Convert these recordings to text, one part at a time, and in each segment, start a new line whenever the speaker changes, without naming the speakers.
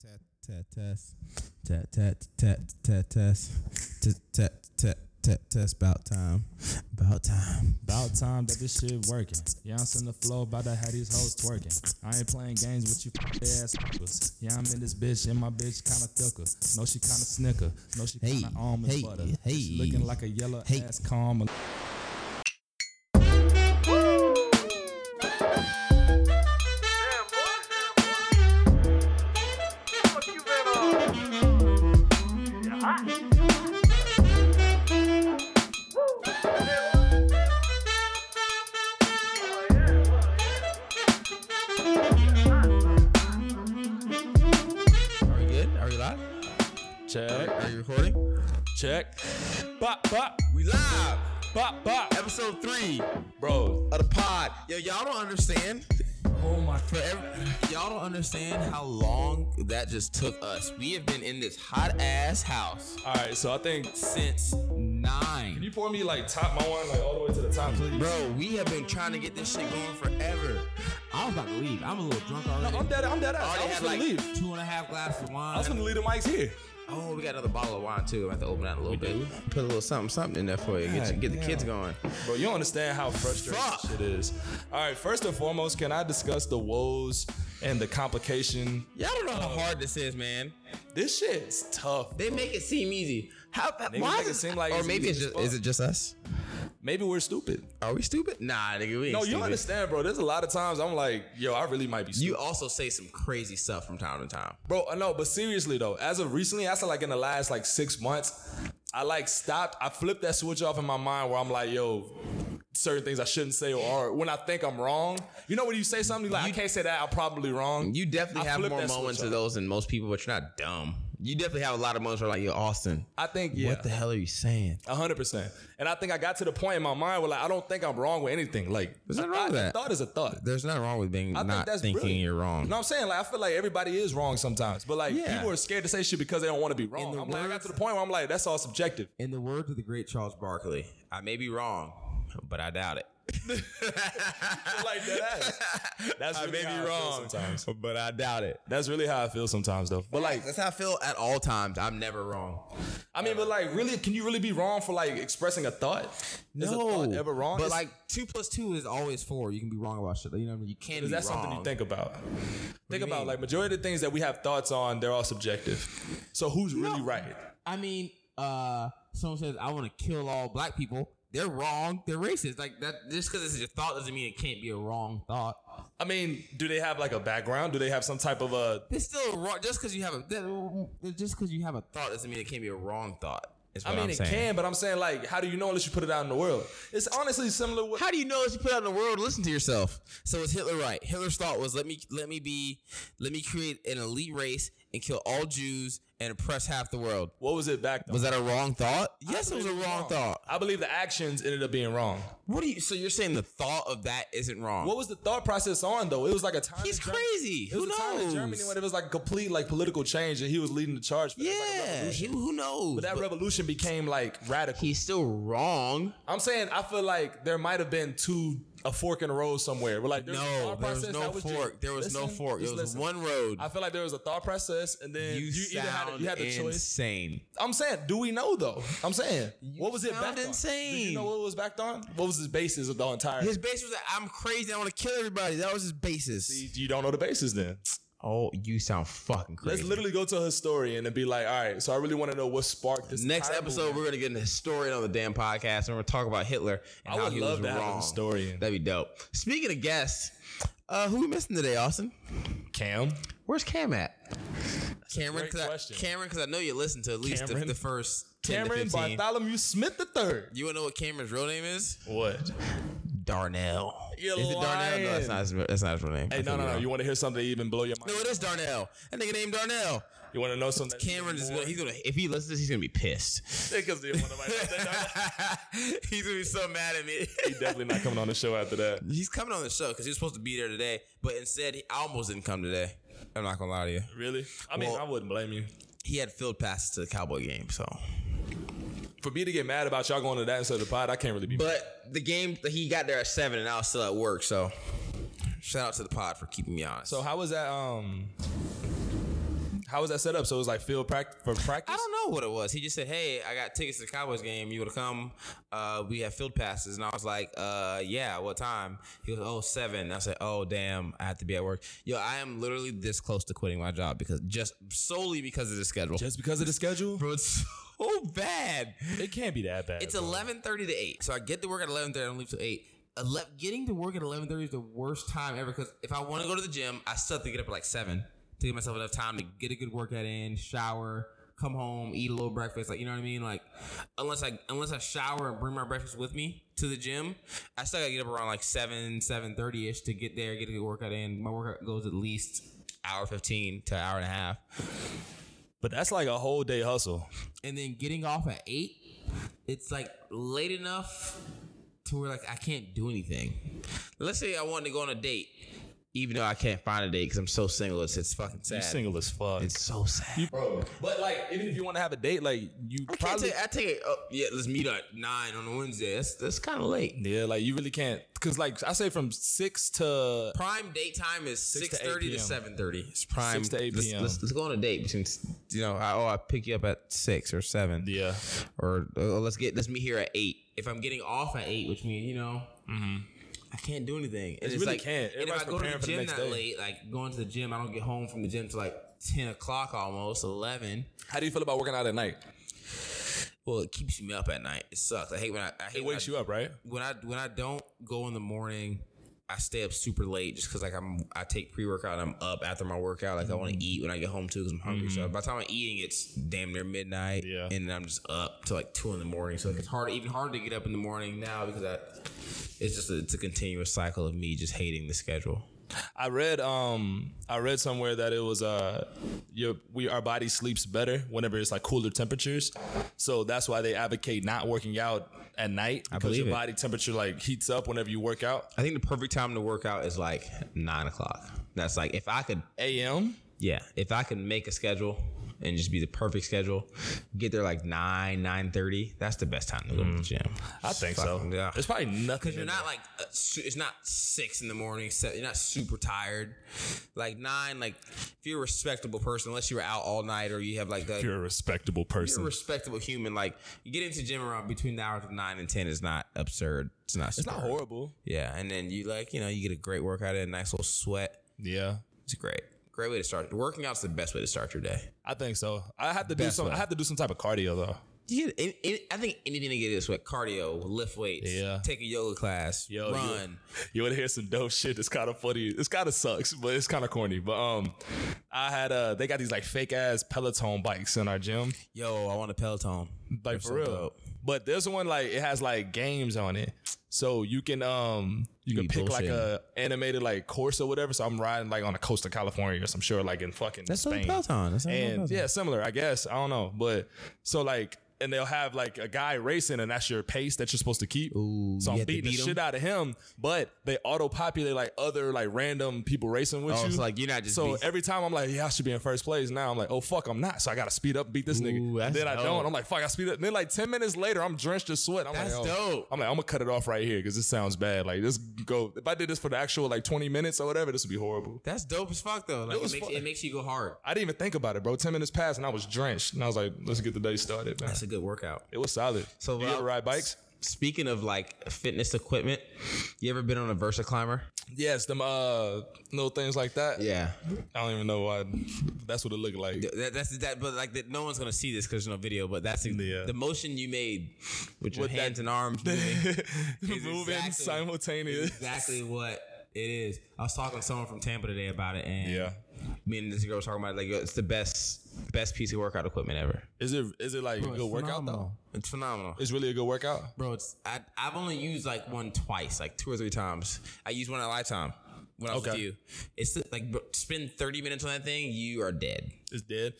Tat tat test. Tat tat tat tat test. Tat tat tat tat test. About time. About time.
About time that this shit working. Younce in the flow, about to have these hoes twerking. I ain't playing games with you f- ass hookers. Yeah, I'm in this bitch, and my bitch kinda thicker. No, she kinda snicker. No, she
Hey,
kinda almond
hey,
butter.
hey.
She looking like a yellow
Hey.
ass calm.
Are we good? Are we live?
Check,
Are you recording?
check. Bop, bop,
We live.
bop, bop.
Episode three
Bro.
of the pod. Yo, y'all don't understand.
Oh my
For every, y'all don't understand how long that just took us. We have been in this hot ass house
Alright, so I think.
since nine.
you pour me like top my wine like all the way to the top, please?
Bro, we have been trying to get this shit going forever. I was about to leave. I'm a little drunk already.
I'm dead, I'm dead
I
ass. I
already
was
had
gonna
like
leave.
two and a half glasses of wine.
I was gonna leave the mics here.
Oh, we got another bottle of wine too. I'm gonna have to open that in a little
We
bit. Put a little something, something in there for you. Get,
God
you, get the
damn.
kids going.
Bro, you don't understand how frustrating
Fuck.
this shit is. All right, first and foremost, can I discuss the woes and the complication?
Y'all don't know how hard this is, man.
This shit is tough.
They make it seem easy. How? why
make
does
it seem like
Or
it's
maybe it's
easy as
just.
fuck.
Is it just us?
Maybe we're stupid.
Are we stupid? Nah, nigga, we ain't
No, you
stupid.
understand, bro. There's a lot of times I'm like, yo, I really might be stupid.
You also say some crazy stuff from time to time.
bro, I know, but seriously though, as of recently, I said like in the last like six months, I like stopped, I flipped that switch off in my mind where I'm like, yo, certain things I shouldn't say or are when I think I'm wrong. You know when you say something, you're like, I can't say that, I'm probably wrong.
You definitely
I
have
flipped
more
that switch
moments
off.
of those than most people, but you're not dumb. You definitely have a lot of moments where like, yo, Austin,
I think yeah.
what the hell are you saying?
A hundred percent. And I think I got to the point in my mind where like I don't think I'm wrong with anything. Like
There's nothing
a
wrong
thought-
with that.
a thought is a thought.
There's nothing wrong with being
I think
not
that's
thinking
brilliant.
you're wrong.
You know what I'm saying? Like I feel like everybody is wrong sometimes. But like
Yeah.
people are scared to say shit because they don't want to be wrong.
the
I'm like, I got
words-
to the point where I'm like, that's all subjective.
In the words of the great Charles Barkley, I may be wrong, but I doubt it.
like that ass. That's
I
really
may
how
be
I feel
wrong,
sometimes.
but I doubt it.
That's really how I feel sometimes though. But like
That's how I feel at all times. I'm never wrong.
I mean, but like really, can you really be wrong for like expressing a thought? Is a thought ever wrong?
But
Is-
like two plus two is always four. You can be wrong about shit. You know what I mean? You can
is
be
that
wrong.
something you think about? Think
you
about
mean?
like majority of the things that we have thoughts on, they're all subjective. So who's really right?
I mean, uh, someone says I want to kill all black people. They're wrong. They're racist. Like that. Just because it's your thought doesn't mean it can't be a wrong thought.
I mean, do they have like a background? Do they have some type of a?
It's still a wrong. Just because you have a that- just because you have a thought doesn't mean it can't be a wrong thought.
Is
I
what
mean,
I'm
it
saying.
can, but I'm saying like, how do you know unless you put it out in the world? It's honestly similar. With,
How do you know that you put out in the world? Listen
Listen to yourself. So is Hitler right? Hitler's thought was let me let me be let me create an elite race and kill all Jews and oppress half the world.
what was it back? Then?
Was that a wrong thought?
I
Yes, it was
believe
a
it's
wrong thought.
I believe the actions ended up being wrong.
What do you? So you're saying the thought of that isn't wrong?
What was the thought process on though? It was like a time.
He's
in Germany-
crazy.
It was
Who
a time in
knows?
Germany when it was like a complete like political change, and he was leading the charge. For it. It was, like, a
Yeah,
revolution.
he- who knows?
but that
But
revolution became like radical.
he's still wrong.
I'm saying I feel like there might have been two a fork in the road somewhere. We're like, there's a
No,
thought
there was
process,
no
that just-
fork. There was no
Listen,
fork. There
just
was
listen.
one road.
I feel like there was a thought process, and then you, either had you had the choice.
insane.
I'm saying, do we know though? I'm saying, what was it
sound
backed on? Did you
insane.
know what it was backed on? What was his basis of the entire?
His basis was that I'm crazy. I want to kill everybody. That was his basis.
you don't know the basis then.
Oh, you sound fucking
Let's literally go to a historian and be like, all right, so I really want to know what sparked this.
Next
entire
episode,
movement.
we're gonna get an historian on the damn podcast, and we're gonna talk about Hitler and
I
how
would
he
love
was
to have a
wrong.
historian.
That'd be dope. Speaking of guests, uh, who we missing today, Austin?
Cam,
Where's Cam at?
Cameron,
great
because
question.
I, Cameron, 'cause I know you listened to at least the,
Cameron?
the first 10 to
Cameron
15.
Bartholomew Smith the third.
You want to know what Cameron's real name is?
What?
Darnell.
You're
is it Darnell?
lying.
No, that's not. His, that's not his real name.
Hey, no, no, no. You want to hear something that even blow your mind?
No, it is Darnell. That nigga named Darnell.
You want to know something?
Cameron is gonna, he's gonna
If he listens, he's gonna be pissed.
because he want to.
he's gonna be so mad at me.
He definitely not coming on the show after that.
He's coming on the show because he was supposed to be there today, but instead, he I almost didn't come today. I'm not gonna lie to you.
Really? I mean,
Well-
I wouldn't blame you.
He had field passes to the Cowboy game, so.
For me to get mad about y'all going to that instead of the pod, I can't really be.
But the game he got there at seven, and I was still at work. So, shout out to the pod for keeping me honest.
so how was that? Um, How was that set up? So it was like field practice for practice.
I don't know what it was. He just said, "Hey, I got tickets to the Cowboys game. You would come. Uh, we have field passes." And I was like, "Uh, yeah. What time?" He goes, "Oh, seven. And I said, "Oh, damn. I have to be at work. Yo, I am literally this close to quitting my job because just solely because of the schedule.
Just because of the schedule,
bro, it's so bad.
it can't be that bad.
It's
bro.
eleven thirty to eight. So I get to work at eleven thirty. I don't leave till eight. Ele- getting to work at eleven thirty is the worst time ever because if I want to go to the gym, I still have to get up at like seven to give myself enough time to get a good workout in, shower, come home, eat a little breakfast. Like you know what I mean? Like unless I unless I shower and bring my breakfast with me to the gym, I still gotta get up around like seven seven thirty ish to get there, get a good workout in. My workout goes at least hour fifteen to hour and a half.
But that's like a whole day hustle.
and then getting off at eight, it's like late enough to where like I can't do anything. Let's say I wanted to go on a date, even though I can't find a date because I'm so single. It's it's fucking sad.
as fuck,
It's so sad.
bro. But like, even if you want to have a date, like you
I can't
probably
take, I take it. Oh, yeah, let's meet at nine on a Wednesday. That's that's kind of late.
yeah, like you really can't because like I say from six to
Prime date time is six
Six to
thirty
8
to
p.m.
seven thirty. It's prime.
Six to 8
Let's,
p.m..
let's, let's go on a date between you know. I, oh, I pick you up at six or seven.
yeah,
or uh, let's get let's meet here at eight. If I'm getting off at eight, which means you know, I can't do anything. And
You
it's
really
like,
can't.
And if I
Everybody's
go
preparing
to the
for the
gym
next
that
day.
late, like going to the gym, I don't get home from the gym till like ten o'clock almost eleven.
how do you feel about working out at night?
Well, it keeps me up at night. It sucks. I hate when I, I hate
It wakes you up, right?
when I when I don't go in the morning. I stay up super late just because like I'm I take pre workout and I'm up after my workout like I want to eat when I get home too because I'm hungry so by the time I'm eating it's damn near midnight
Yeah.
and I'm just up to like two in the morning so it's hard even harder to get up in the morning now because I it's just a, it's a continuous cycle of me just hating the schedule
I read um I read somewhere that it was uh your we our body sleeps better whenever it's like cooler temperatures. So that's why they advocate not working out at night because
believe
your
it.
body temperature like heats up whenever you work out.
I think the perfect time to work out is like nine o'clock that's like if I could
AM?
yeah, if I could make a schedule and just be the perfect schedule, get there like nine, nine thirty. That's the best time to go to the gym.
Mm. I think
Fucking,
so.
Yeah,
Yeah. There's probably nothing.
because you're
in
not like uh, su- it's not six in the morning. So you're not super tired. Like nine, like if you're a respectable person, unless you were out all night or you have like the
there. you're a respectable
you're a
person.
respectable human, like you get into gym around between the hours of nine and ten is not absurd. It's not.
It's not horrible.
Yeah, and then you like you know you get a great workout in, a nice little sweat.
Yeah.
It's great. Great way to start. Working out's the best way to start your day.
I think so. I have to
Best
do some
way.
I have to do some type of cardio though.
You get, any, any, I think anything to get is what cardio, lift weights,
Yeah.
take a yoga class,
Yo, you-
run.
You want to hear some dope shit? It's kind of funny. It's kind of sucks, but it's kind of corny. But um, I had uh, they got these like fake ass Peloton bikes in our gym.
Yo, I want a Peloton.
like for
so
real.
dope.
But this one like it has like games on it, so you can um you can
You
pick like
bullshitting.
a animated like course or whatever. So I'm riding like on the coast of California or some sure like in fucking Spain.
That's
And yeah, similar, I guess. I don't know, but so like, and they'll have like a guy racing, and that's your pace that you're supposed to keep.
Ooh,
so
you
I'm
have to
beating
beat
the
him?
shit out of him, but they auto-populate like other like random people racing with
Oh,
you.
it's like you're not just
so
beat-
every time I'm like, yeah, I should be in first place. Now I'm like, oh fuck, I'm not. So I gotta speed up, and beat this
Ooh,
nigga.
that's
Then I
dope.
don't. I'm like, fuck, I speed up. then like ten minutes later, I'm drenched in sweat. I'm
That's
like, oh.
dope.
I'm like, I'm gonna cut it off right here because this sounds bad. Like, this go. If I did this for the actual like 20 minutes or whatever, this would be horrible.
That's dope as fuck though. Like, it,
was
makes,
fun.
it makes you go hard.
I didn't even think about it, bro. Ten minutes passed and I was drenched, and I was like, "Let's get the day started, man."
That's a good workout.
It was solid.
So
So uh, you
what
ever
I-
ride bikes?
Speaking of like fitness equipment, you ever been on a Versa climber?
Yes, them uh little things like that.
Yeah,
I don't even know why. That's what it looked like.
that, that's that. But like, that, no one's gonna see this because there's no video. But that's the,
Yeah.
the motion you made with your
With that-
hands and arms. Moving.
Moving
exactly-
simultaneous.
exactly what it is. I was talking to someone from Tampa today about it, and
Yeah.
me and this girl was talking about it, like yo, it's the best best piece of workout equipment ever.
Is it is it like a good workout though?
It's phenomenal,
It's really a good workout.
bro. It's I I've only used like one twice, like two or three times. I used one at Lifetime when I was with
Okay.
you. It's the, like bro, spend thirty minutes on that thing, you are dead.
It's dead.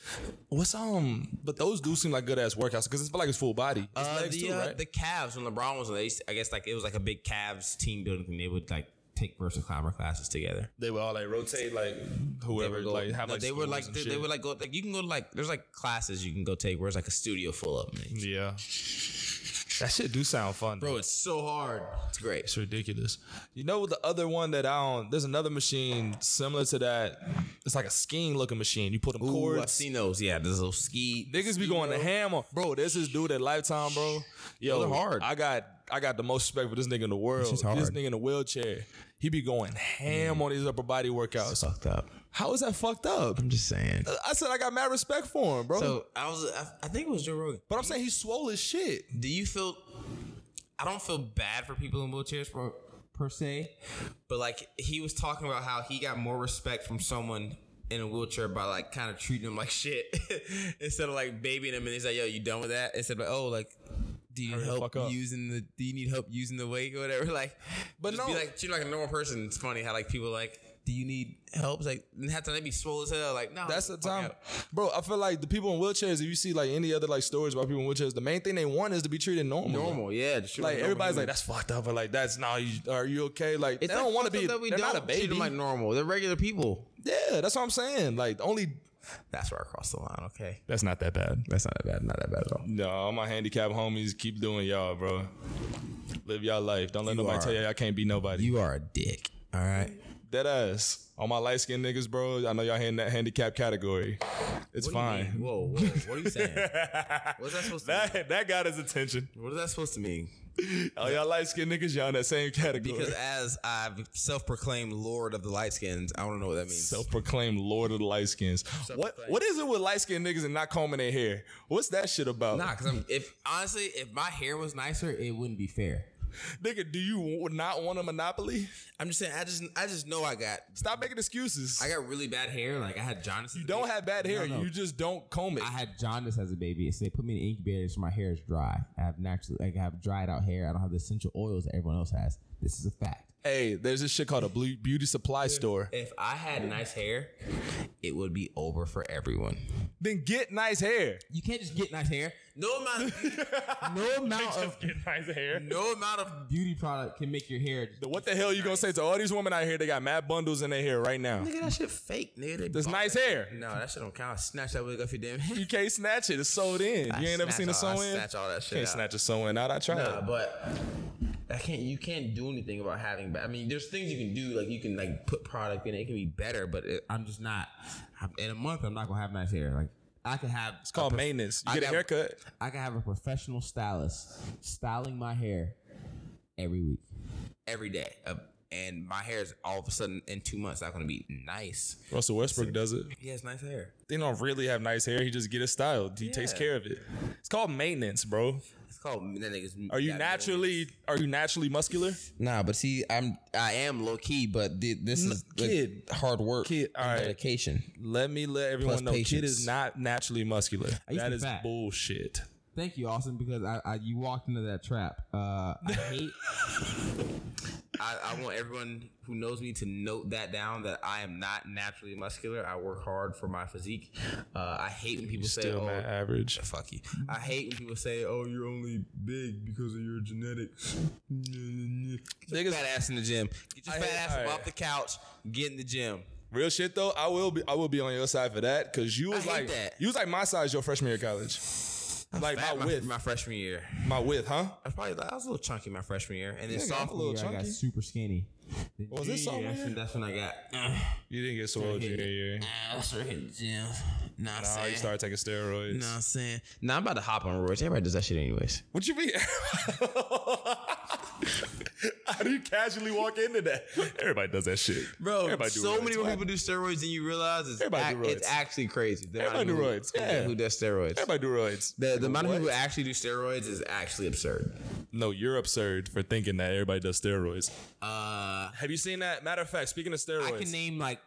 What's um? But those do seem like good ass workouts because it's like it's full body. It's
Uh,
legs
the,
too,
uh,
right?
the Cavs when LeBron was, they used, I guess like it was like a big Cavs team building thing. They would like take versus climber classes together.
they would all like rotate like
They
whoever
would go-
like have
no,
like
they were
schools
like
and
they, they
shit.
would like go like you can go to like there's like classes you can go take where it's like a studio full of them.
yeah. That shit do sound fun,
Bro, it's so hard. It's great.
It's ridiculous. You know the other one that I own? There's another machine similar to that. It's like a skiing looking machine. You put them
Ooh, I've
cords.
seen those. Yeah, there's those ski.
Niggas be going to ham on, bro. This is dude at Lifetime, bro. Yo,
Those are hard.
I got I got the most respect for this nigga in the world.
shit's hard.
This nigga in the wheelchair, he be going
Mm.
ham on his upper body workouts.
fucked up.
How is that fucked up?
I'm just saying.
I said I got mad respect for him, bro.
So I was, I, I think it was Joe Rogan.
but I'm saying he swole as shit.
Do you feel? I don't feel bad for people in wheelchairs per, per se, but like he was talking about how he got more respect from someone in a wheelchair by like kind of treating him like shit instead of like babying him and he's like, "Yo, you done with that?" Instead of like, "Oh, like." Do you
Hurry the
need help
fuck up."
using the? Do you need help using the wake or whatever? Like,
But
just
no.
be like treat him like a normal person. It's funny how like people like, do you need help? It's like, and have to be swole as hell. Like, no,
That's the
fuck
time,
out.
bro. I feel like the people in wheelchairs. If you see like any other like stories about people in wheelchairs, the main thing they want is to be treated normal.
Normal, yeah. just treat him
Like
a normal
everybody's
human.
like, that's fucked up. But like, that's now. you, are you okay? Like
It's
they don't want to
fucked up
be.
That we
they're
don't
not a
Treat
baby.
them like normal. They're regular people.
yeah, that's what I'm saying. Like only.
That's where I crossed the line. Okay,
That's not that bad.
that's not that bad. Not that bad at all.
No, all my handicap homies, keep doing y'all, bro. Live y'all life. Don't let
You
nobody
are-
tell you I can't be nobody.
You are a dick. All right.
Dead ass. All my light skinned niggas, bro. I know y'all in that handicap category. It's fine.
Whoa, whoa. What are you saying? What's that supposed to mean?
That that got his attention.
What is that supposed to mean?
All y'all light skinned niggas, y'all in that same category.
Because as I've self-proclaimed Lord of the Light Skins, I don't know what that means.
Self-proclaimed Lord of the Light Skins. What
Self-proclaimed.
what is it with light skinned niggas and not combing their hair? What's that shit about?
nah, because I'm. If honestly, if my hair was nicer, it wouldn't be fair.
Nigga, do you w- not want a monopoly?
I'm just saying. I just. I just know I got.
Stop making excuses.
I got really bad hair. Like I had Jonas.
you don't have bad hair.
No, no.
You just don't comb it.
I had jaundice as a baby, so they put me in incubators, so my hair is dry. I have naturally, like, I have dried out hair. I don't have the essential oils that everyone else has. This is a fact.
hey, there's this shit called a blue beauty supply store.
If I had nice hair, it would be over for everyone.
Then get nice hair.
You can't just get nice hair. No amount, no amount of
get nice hair.
no amount of beauty product can make your hair. Just,
What the hell you gonna say to all these women out here? They got mad bundles in their hair right now.
nigga, that shit fake, nigga. They
That's
bought
nice
that.
hair.
No, that shit don't count. Snatch that wig off your damn head.
You can't snatch it. It's sewed in. you ain't never seen a sew in.
Snatch all that shit.
Can't
out.
snatch a sew in out. I tried.
Nah, but I can't. You can't do anything about having. ba- I mean, there's things you can do. Like you can like put product in it. It can be better. But it, I'm just not. I'm, in a month, I'm not gonna have nice hair. Like I can have. It's
It's called maintenance. You
I
get a
got-
haircut.
I can have a professional stylist styling my hair every week, every day. Uh, and my hair is all of a sudden in two months not gonna be nice.
Russell Westbrook does it.
He has nice hair.
They don't really have nice hair. He just get it styled. He takes
Yeah.
care of it. It's called maintenance, bro.
It's called. That nigga's
Are you
got no-
naturally are you naturally muscular?
Nah, but see, I'm I am low key, but thi- this is like,
kid.
hard work,
Kid, all
and
right.
dedication.
Let me let everyone
Plus
know kid
patience.
is not naturally muscular.
used to
That
be
is
fat.
bullshit.
Thank you, Austin, because I, I you walked into that trap. Uh, I hate
I, I want everyone who knows me to note that down that I am not naturally muscular. I work hard for my physique. Uh, I hate when people say,
Still
"Oh,
not average.
fuck you." I hate when people say, "Oh, you're only big because of your genetics." Get your fat ass in the gym. Get your
I
fat
hate-
ass
all right.
off the couch. Get in the gym.
Real shit though, I will be I will be on your side for that because you was
hate
like
that.
you was like my size your freshman year of college. Like my
Fat my,
width,
my freshman year,
my width, huh?
I was probably I was a little chunky my freshman year, and then
Yeah, I'm a
sophomore
little
year I got
chunky.
super skinny. Oh,
Was this
Yeah, that's, when-
somewhere?
that's when I got. uh,
You didn't get swole junior year.
I started hitting the gym. Nah, I'm
Nah, Oh, you
saying.
started taking steroids.
Nah, I'm saying. Nah, I'm about to hop on Royce. Everybody does that shit anyways.
What you mean? How do you casually walk into that? Everybody does that shit,
Bro,
Everybody do
so
roids.
many more people do steroids than you realize. It's,
Everybody do
ac- it's
roids.
actually crazy. The amount of
Everybody do
people
roids, yeah.
Who does steroids?
Everybody do roids.
The, the amount of people who actually do steroids is actually absurd.
No, you're absurd for thinking that everybody does steroids.
Uh,
Have you seen that? Matter of fact, speaking of
I
steroids,
can name like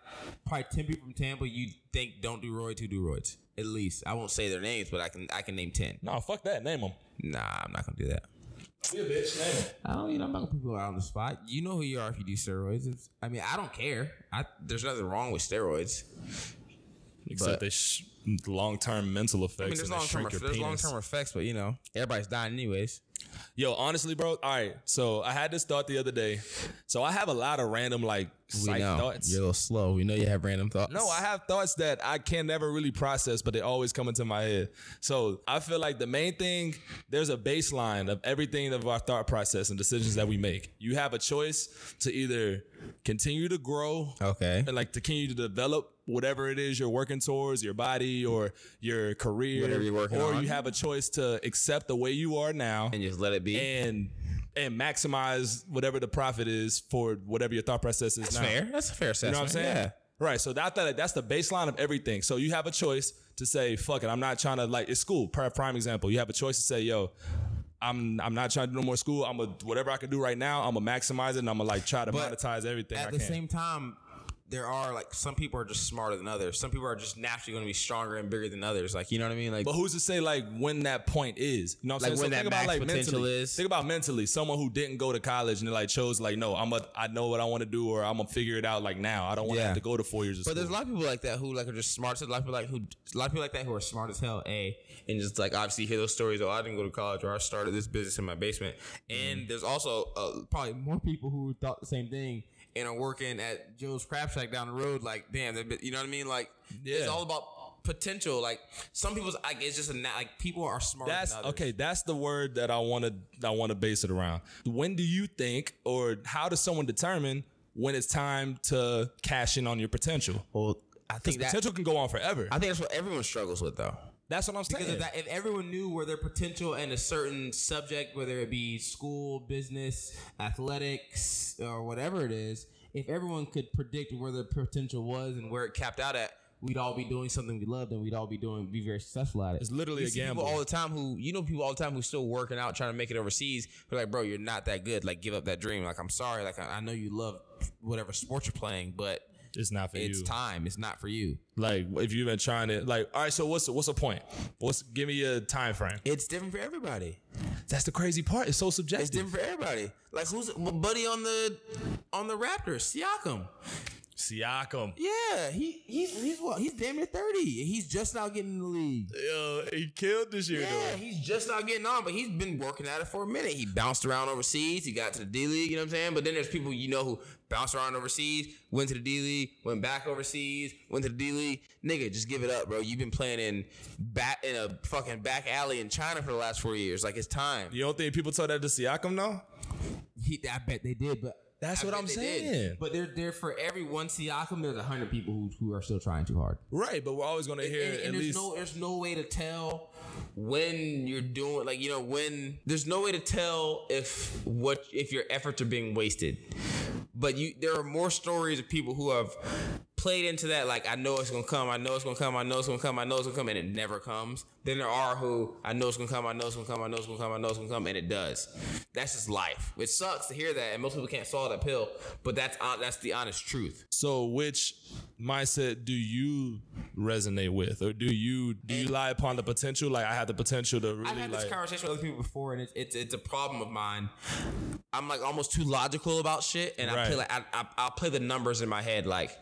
probably ten people from Tampa you think don't do roids who do roids. At least I won't say their names, but I can I can name ten.
no, fuck that. Name them.
Nah, I'm not gonna do that.
Be a bitch. Name them.
I don't, you know, I'm not gonna put people out on the spot. You know who you are if you do steroids. It's- I mean, I don't care. I, there's nothing wrong with steroids.
Except
But-
they sh- long term mental effects.
I mean, there's
and they
long term
shrink your
there's long
penis.
term effects, but you know, everybody's dying anyways.
Yo, honestly, bro. All right. So I had this thought the other day. So I have a lot of random like
We
psych
know
thoughts.
you're a little slow. We know you have random thoughts.
No, I have thoughts that I can never really process, but they always come into my head. So I feel like the main thing, there's a baseline of everything of our thought process and decisions that we make. You have a choice to either continue to grow
Okay.
and like to continue to develop whatever it is you're working towards, your body or your career.
Whatever you're working
or
on.
you have a choice to accept the way you are now
And just let it be.
and and maximize whatever the profit is for whatever your thought process is
That's
now.
fair. That's a fair
You
assessment.
know what I'm saying?
Yeah.
Right. So that, that that's the baseline of everything. So you have a choice to say, fuck it, I'm not trying to like it's school, pri- prime example. You have a choice to say, yo, I'm I'm not trying to do no more school. I'm a whatever I can do right now, I'm gonna maximize it and I'm gonna like try to
But
monetize everything
At
I
the
can.
same time, there are like some people are just smarter than others. Some people are just naturally going to be stronger and bigger than others. Like you know what I mean? Like
but who's to say like when that point is? You know what I'm
Like,
saying?
when that max potential
mentally.
is?
Think about mentally, someone who didn't go to college and they like chose like, no, I'm a I know what I want to do or I'm gonna figure it out like now. I don't want to
Yeah.
have to go to four years of
But
school.
there's a lot of people like that who like are just smart. There's a lot of people like who a lot of people like that who are smart as hell. A and just like obviously hear those stories. Oh, I didn't go to college, or I started this business in my basement.
Mm.
And there's also uh, probably more people who thought the same thing and are working at Joe's Crab Shack down the road. Like, damn, they, you know what I mean? Like,
Yeah.
it's all about potential. Like some people's like it's just a na- like people are smart.
That's
than others.
okay. That's the word that I want to I want to base it around. When do you think, or how does someone determine when it's time to cash in on your potential?
Well, I think that
potential can go on forever.
I think that's what everyone struggles with though.
that's what I'm saying.
Because if, that, if everyone knew where their potential in a certain subject, whether it be school, business, athletics, or whatever it is, if everyone could predict where their potential was and where it capped out at, we'd all be doing something we loved and we'd all be doing be very successful at it.
it's literally
You
a
see people
gamble.
all the time who you know people all the time who still working out trying to make it overseas. But like, bro, you're not that good. Like, give up that dream. Like, I'm sorry. Like, I, I know you love whatever sport you're playing, but
it's not for
it's
you.
time. It's not for you.
Like if you've been trying to like, all right. So what's what's the point? What's give me a time frame?
It's different for everybody.
That's the crazy part. It's so
It's
subjective.
different for everybody. Like who's my buddy on the on the Raptors? Siakam.
Siakam.
Yeah, he he's he's what he's damn near thirty. He's just now getting in the league.
Yo, he killed this year.
Yeah,
though.
he's just now getting on, but he's been working at it for a minute. He bounced around overseas. He got to the D League. You know what I'm saying? But then there's people you know who bounce around overseas, went to the D League, went back overseas, went to the D League. Nigga, just give it up, bro. You've been playing in back in a fucking back alley in China for the last four years. Like it's time.
You don't think people tell that to Siakam now?
He, I bet they did, but
That's
I
what
bet
I'm
they did.
saying.
But they're there for every one Siakam. There's a hundred people who, who are still trying too hard.
Right, but we're always gonna hear
and, and
at
there's
least.
no there's no way to tell when you're doing like you know when there's no way to tell if what if your efforts are being wasted. But you there are more stories of people who have played into that like I know it's gonna come, I know it's gonna come, I know it's gonna come, I know it's gonna come, and it never comes. Then there are who I know it's gonna come, I know it's gonna come, I know it's gonna come, I know it's gonna come, and it does. That's just life. It sucks to hear that, and most people can't swallow that pill. But that's hon- that's the honest truth.
So, which mindset do you resonate with, or do you do you rely upon the potential? Like, I have the potential to really
I've had
like.
this conversation with other people before, and it's it's, it's a problem of mine. I'm like almost too logical about shit, and I play
Right.
like I, I I'll play the numbers in my head, like.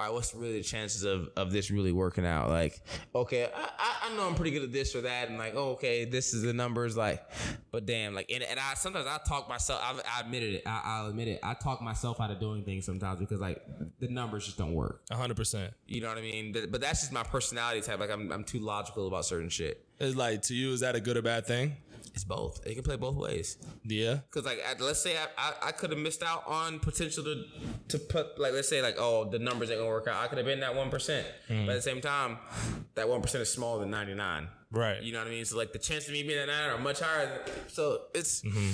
All right, what's really the chances of, of this really working out? Like, okay, I, I, I know I'm pretty good at this or that, and like, oh, okay, this is the numbers. Like, but damn, like, and, and I sometimes I talk myself. I've, I admitted it. I, I'll admit it. I talk myself out of doing things sometimes because like the numbers just don't work.
hundred percent.
You know what I mean? But, but that's just my personality type. Like, I'm I'm too logical about certain shit.
It's like to you, is that a good or bad thing?
It's both. It can play both ways.
Yeah.
Cause like I, let's say I I, I could have missed out on potential to to put like let's say like oh the numbers ain't gonna work out I could have been that one percent but at the same time that one percent is smaller than ninety nine
Right.
you know what I mean so like the chance of me being at nine are much higher than, so it's
Mm-hmm.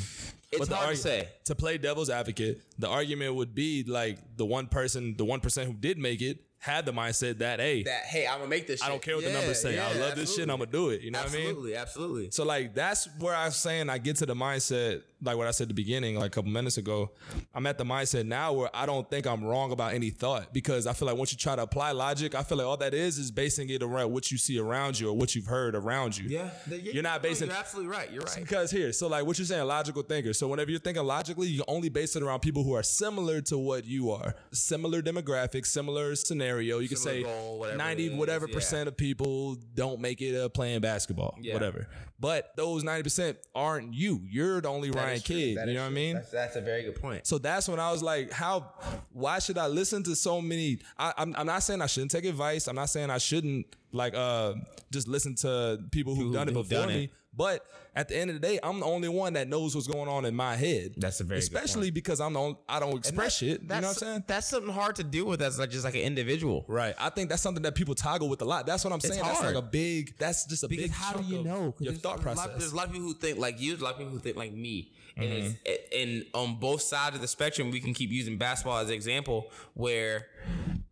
it's hard
argu-
to say
to play devil's advocate, the argument would be like the one person, the one percent who did make it had the mindset that hey,
that hey I'm gonna make this
I
shit.
don't care what the
Yeah,
numbers say, I love
yeah,
this shit, and I'm
absolutely.
gonna do it. You know what I mean?
absolutely absolutely
So like that's where I'm saying I get to the mindset, like what I said at the beginning, like a couple minutes ago. I'm at the mindset now where I don't think I'm wrong about any thought because I feel like once you try to apply logic, I feel like all that is is basing it around what you see around you or what you've heard around you.
yeah th- yeah,
You're not
no,
basing-
you're absolutely right you're right
Because here, so like what you're saying, logical thinker. So whenever you're thinking logically, you only base it around people who are similar to what you are, similar demographics, similar scenario, you could say
Similar goal, whatever it
90
is,
whatever
yeah.
percent of people don't make it uh, playing basketball,
Yeah.
whatever. But those 90% aren't you. You're the only
That
Ryan
is true.
Kidd.
That
you
is
know what I
true.
mean?
That's, that's a very good point.
So that's when I was like, how, why should I listen to so many? I, I'm, I'm not saying I shouldn't take advice. I'm not saying I shouldn't like uh just listen to people who've
Who-
done it
who've
before
done
me.
it.
But at the end of the day, I'm the only one that knows what's going on in my head.
That's a very good
especially because I'm the only, I don't
And that-
express shit. You know what I'm
that's-
saying?
That's something hard to deal with as like just like an individual.
Right. I think that's something that people toggle with a lot. That's what I'm saying. That's
hard.
like a big. That's just a
Because
big.
how do
chunk
you
of
know? 'Cause
your
there's-
thought
there's a lot-
process? Mm-hmm.
there's a lot of people who think like you. There's a lot of people who think like me. And, it's, a- and on both sides of the spectrum, we can keep using basketball as an example where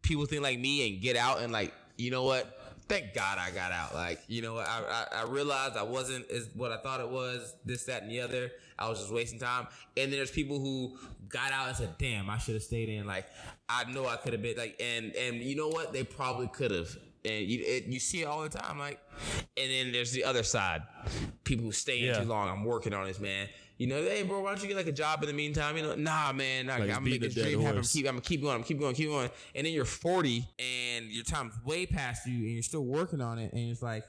people think like me and get out and like you know what? Thank God I got out. Like you know, what? I I, I realized I wasn't as what I thought it was. This, that, and the other. I was just wasting time. And there's people who got out and said, "Damn, I should have stayed in." Like I know I could have been like, and and you know what? They probably could have. And you it, you see it all the time, like. And then there's the other side, people who stay in
Yeah.
too long. I'm working on this, man. You know, hey, bro, why don't you get like a job in the meantime? You know, nah, man, nah,
Like,
I'm
it's
gonna make
beating a
this
dead
dream happen. I'm
horse.
keep, I'm gonna keep going. I'm keep going. Keep going. And then you're 40, and your time's way past you, and you're still working on it. And it's like,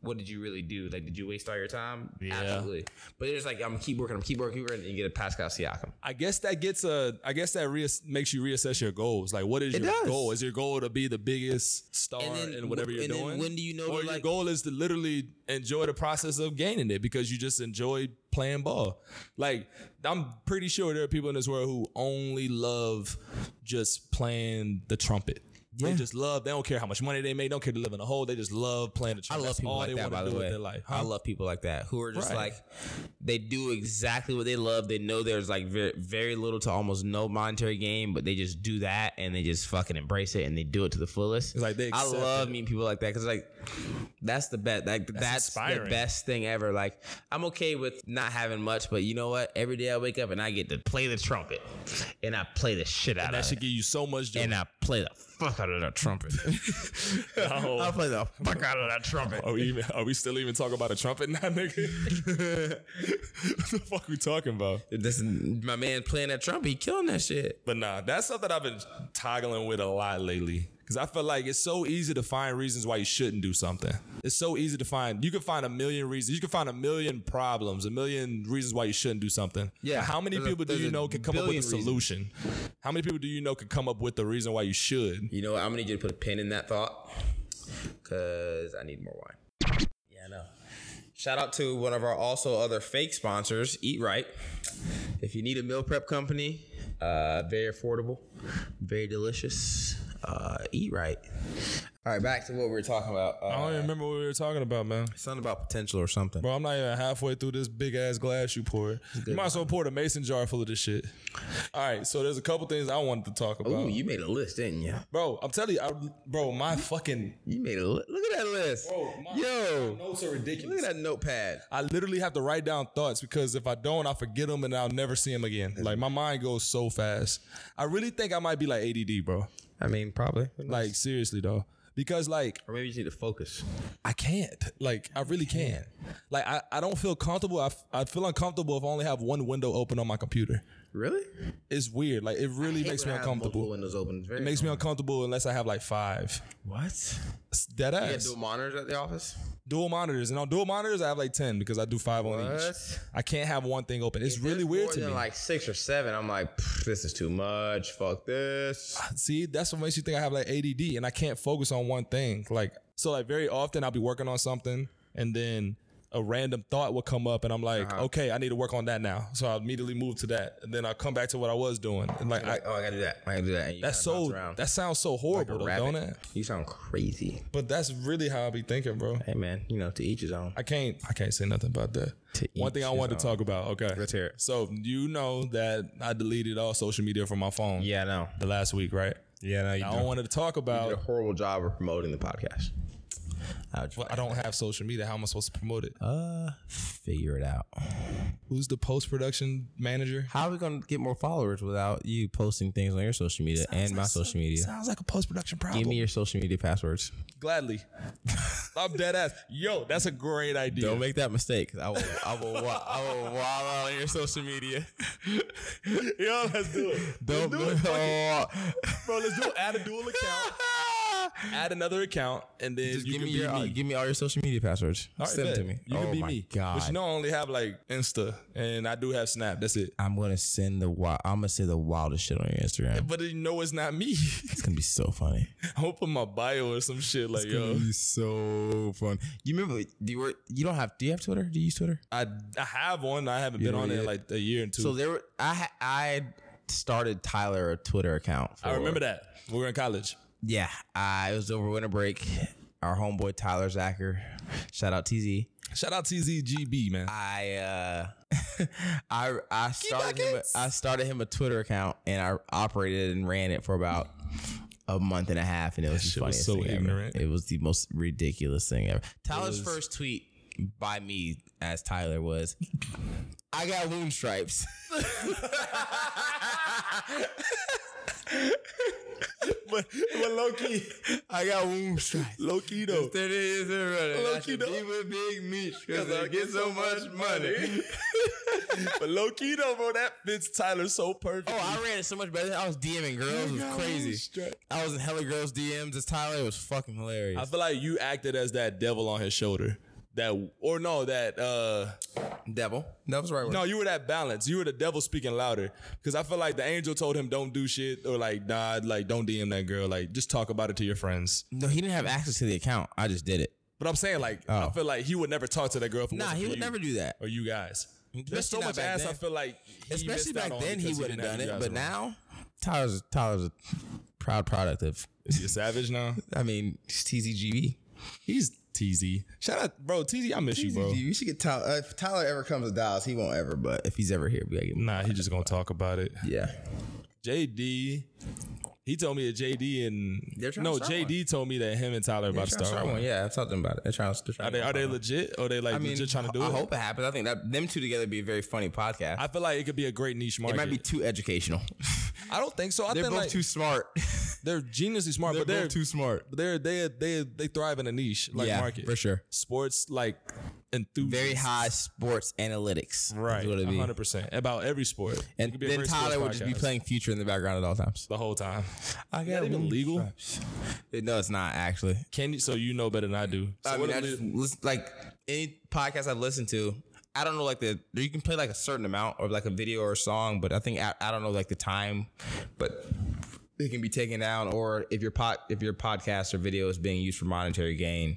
what did you really do? Like, did you waste all your time?
Yeah.
Absolutely. But it's like, I'm gonna keep working. I'm gonna keep working. Keep working. And you get a Pascal Siakam.
I guess that gets a. I guess that reass- makes you reassess your goals. Like, what is your
does.
goal? Is your goal to be the biggest star
And then
in whatever
wh-
you're
and then
doing?
when do you know
Or
to,
your
like-
goal is to literally enjoy the process of gaining it because you just enjoy playing ball. Like, I'm pretty sure there are people in this world who only love just playing the trumpet. They just love. They don't care how much money they make. They don't care to live in a hole. They just love playing the
I
trumpet.
love
That's
people
all
like
they
that.
wanna
By the
do with
way,
their life.
I
Huh?
love people like that who are just
Right.
like they do exactly what they love. They know there's like very, very little to almost no monetary gain, but they just do that and they just fucking embrace it and they do it to the fullest.
It's like they
I
accept
love
it.
meeting people like that because like that's the best. Like that's, the
inspiring.
best thing ever. Like I'm okay with not having much, but you know what? Every day I wake up and I get to play the trumpet and I play the shit out
That
of
should
it.
give you so much joy.
And I play the fuck out of that trumpet.
Oh.
I play the fuck out of that trumpet.
Are we even, are we still even talking about a trumpet now, nigga? what the fuck we talking about?
This my man playing that trumpet, he killing that shit.
But nah, that's something I've been toggling with a lot lately. Cause I feel like it's so easy to find reasons why you shouldn't do something. It's so easy to find. You can find a million reasons. You can find a million problems, a million reasons why you shouldn't do something.
Yeah,
But How many
there's a-
people do
there's
you
a
know can come up with a
billion reasons.
solution? How many people do you know can come up with the reason why you should?
You know what? I'm gonna need you to put a pin in that thought, cause I need more wine. Yeah, I know. Shout out to one of our also other fake sponsors, Eat Right. If you need a meal prep company, uh, very affordable, very delicious. Uh, eat Right. All right, back to what we were talking about. Uh,
I don't even remember what we were talking about, man.
something about potential or something.
Bro, I'm not even halfway through this big ass glass you poured. You might as well pour the mason jar full of this shit. All right, so there's a couple things I wanted to talk about.
Ooh, you made a list, didn't you?
bro, I'm telling you, I, bro, my fucking
You made a li- look at that list.
Bro, my-
Yo,
notes are
look at
ridiculous.
that notepad.
I literally have to write down thoughts because if I don't, I forget them and I'll never see them again. Like my mind goes so fast. I really think I might be like ADD, bro.
I mean, probably.
Like seriously though, because like
Or maybe you just need to focus.
I can't. Like I really can't. Like I, I don't feel comfortable. I, f- I feel uncomfortable if I only have one window open on my computer.
Really?
It's weird. Like it really makes me uncomfortable.
Windows open. It's very
It makes me uncomfortable unless I have like five.
what?
It's Dead
You
ass.
got dual monitors at the office.
dual monitors, and on dual monitors I have like ten because I do five on each.
What?
I can't have one thing open. It's really
There's
weird
more
to
than
me.
Like six or seven. I'm like, "Pff, this is too much. Fuck this.
See, that's what makes you think I have like ADD, and I can't focus on one thing. Like so, like very often I'll be working on something, and then a random thought will come up, and I'm like,
Uh-huh.
okay, I need to work on that now. So I immediately move to that, and then I come back to what I was doing, and like I.
oh, I gotta do that. I gotta do that. And you
That's
kinda bounce
so.
around.
That sounds so
Like a
horrible, though,
rabbit.
don't it?
You sound crazy.
But that's really how I be thinking, bro.
Hey man, you know to each his own.
I can't I can't say nothing about that.
To
One thing
each
I
his
wanted to talk about. Okay.
Let's hear it.
So you know that I deleted all social media from my phone.
Yeah, I know.
The last week, right?
Yeah, no, you
I wanted to talk
did a
about
horrible job of promoting the podcast. How'd you
well, I don't have social media. How am I supposed to promote it?
uh figure it out?
Who's the post production manager?
How are we gonna get more followers without you posting things on your social media and my social media?
Sounds like a post production problem.
Give me your social media passwords.
Gladly. I'm dead ass. Yo, that's a great idea.
Don't make that mistake. 'cause I will. I will. wa- I will wallow on your social media.
Yo, let's do it.
Don't. Oh.
do it. Fuck it. Bro, let's do add a dual account. add another account, and then
Just
you
give
can
me
be
your,
me.
give me all your social media passwords.
All right,
Send them to
bet.
me.
You
oh
can be
my
me.
god.
But you know, I only have like Insta, and I do have Snap. That's it.
I'm gonna send the wild. I'm gonna say the wildest shit on your Instagram.
But you know, it's not me.
It's gonna be so funny.
I'm gonna put my bio or some shit like
It's
yo.
gonna be so fun. You remember? Do you were you don't have? Do you have Twitter? Do you use Twitter?
I I have one. I haven't been
don't
on it in
yet?
like a year and two.
So there, were, I ha- I started Tyler a Twitter account. For,
I remember that we were in college.
Yeah, I it was over winter break. Our homeboy Tyler Zacher, shout out TZ.
Shout out TZGB man.
I uh, I I started him. A, I started him a Twitter account, and I operated and ran it for about a month and a half, and it was the
shit was
funniest
so
thing
ignorant.
ever. It was the most ridiculous thing ever. Tyler's first tweet by me as Tyler was, "I got loon stripes."
but but low key,
I got wound stripes.
low key though.
Thirty years in running.
Low
I
key
should
though.
be with Big Meech because
'Cause I
I get so much money.
but low key though, bro, that fits Tyler so perfect.
Oh, I ran it so much better. I was DMing girls. It was crazy. I was in hella girls DMs. This Tyler was fucking hilarious.
I feel like you acted as that devil on his shoulder. That or no, that uh
devil. That was the right word.
no, you were that balance. You were the devil speaking louder. Cause I feel like the angel told him don't do shit or like nah, like don't DM that girl. Like just talk about it to your friends.
No, he didn't have access to the account. I just did it.
But I'm saying like I feel like he would never talk to that girl. If it
Nah,
wasn't
he
for
would
you
never do that.
Or you guys. There's so
Especially not
much
back
ass I
then.
feel like, he
Especially
missed out
back
on
then, he
because
would have
didn't
done
you
it.
guys
But
around.
now, Tyler's Tyler's a proud product of.
is he a savage now?
I mean, it's TZGB.
He's TZ. Shout out, bro. TZ, I miss you, bro.
TZGB. We should get Tyler. Uh, if Tyler ever comes to Dallas, he won't ever. But if he's ever here, we gotta get him.
Nah, he just gonna talk about it.
Yeah.
JD. He told me that JD
They're
and
trying
no
to start
JD told me that him and Tyler are about to
Trying to
start,
start
one.
one. Yeah, I've talked to him about it. They're trying to. they're trying
Are they
to-
are they legit? Or are they like
I mean,
legit trying to do
I
it?
hope it happens. I think that them two together would be a very funny podcast.
I feel like it could be a great niche market.
it might be too educational.
I don't think so. I
They're
think
both
like
too smart.
they're geniusly smart, but they're
too smart.
but they're they they they thrive in a niche like
yeah,
market
for sure.
Sports like enthusiasts.
Very high sports analytics. is
Right,
what it'd be.
100% about every sport. It
And
could be a
then
great sports
Tyler would just be
podcast
playing Future in the background at all times.
the whole time.
I
that even legal?
No, it's not actually.
Can you? So you know better than I do. So
I
what
mean, I
if
just
we-
listen, like any podcast I've listened to, I don't know like the you can play like a certain amount or like a video or a song, but I think I, I don't know like the time, but it can be taken down or if your pod if your podcast or video is being used for monetary gain,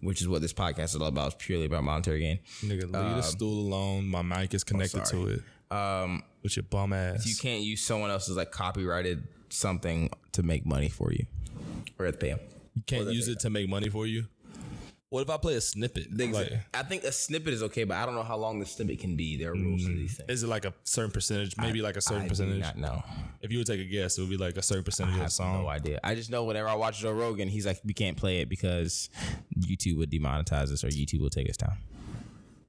which is what this podcast is all about, it's purely about monetary gain.
Nigga, leave the stool alone. My mic is connected to it.
Um,
With your bum ass.
you can't use someone else's like copyrighted something to make money for you or have to pay them.
You can't use it to make money for you. What if I play a snippet? Like,
I think a snippet is okay, but I don't know how long the snippet can be. There are rules to these things.
is it like a certain percentage? Maybe like a certain percentage.
I do not know.
If you would take a guess, it would be like a certain percentage of the song.
No idea. I just know whenever I watch Joe Rogan, he's like, we can't play it because YouTube would demonetize us or YouTube will take us down.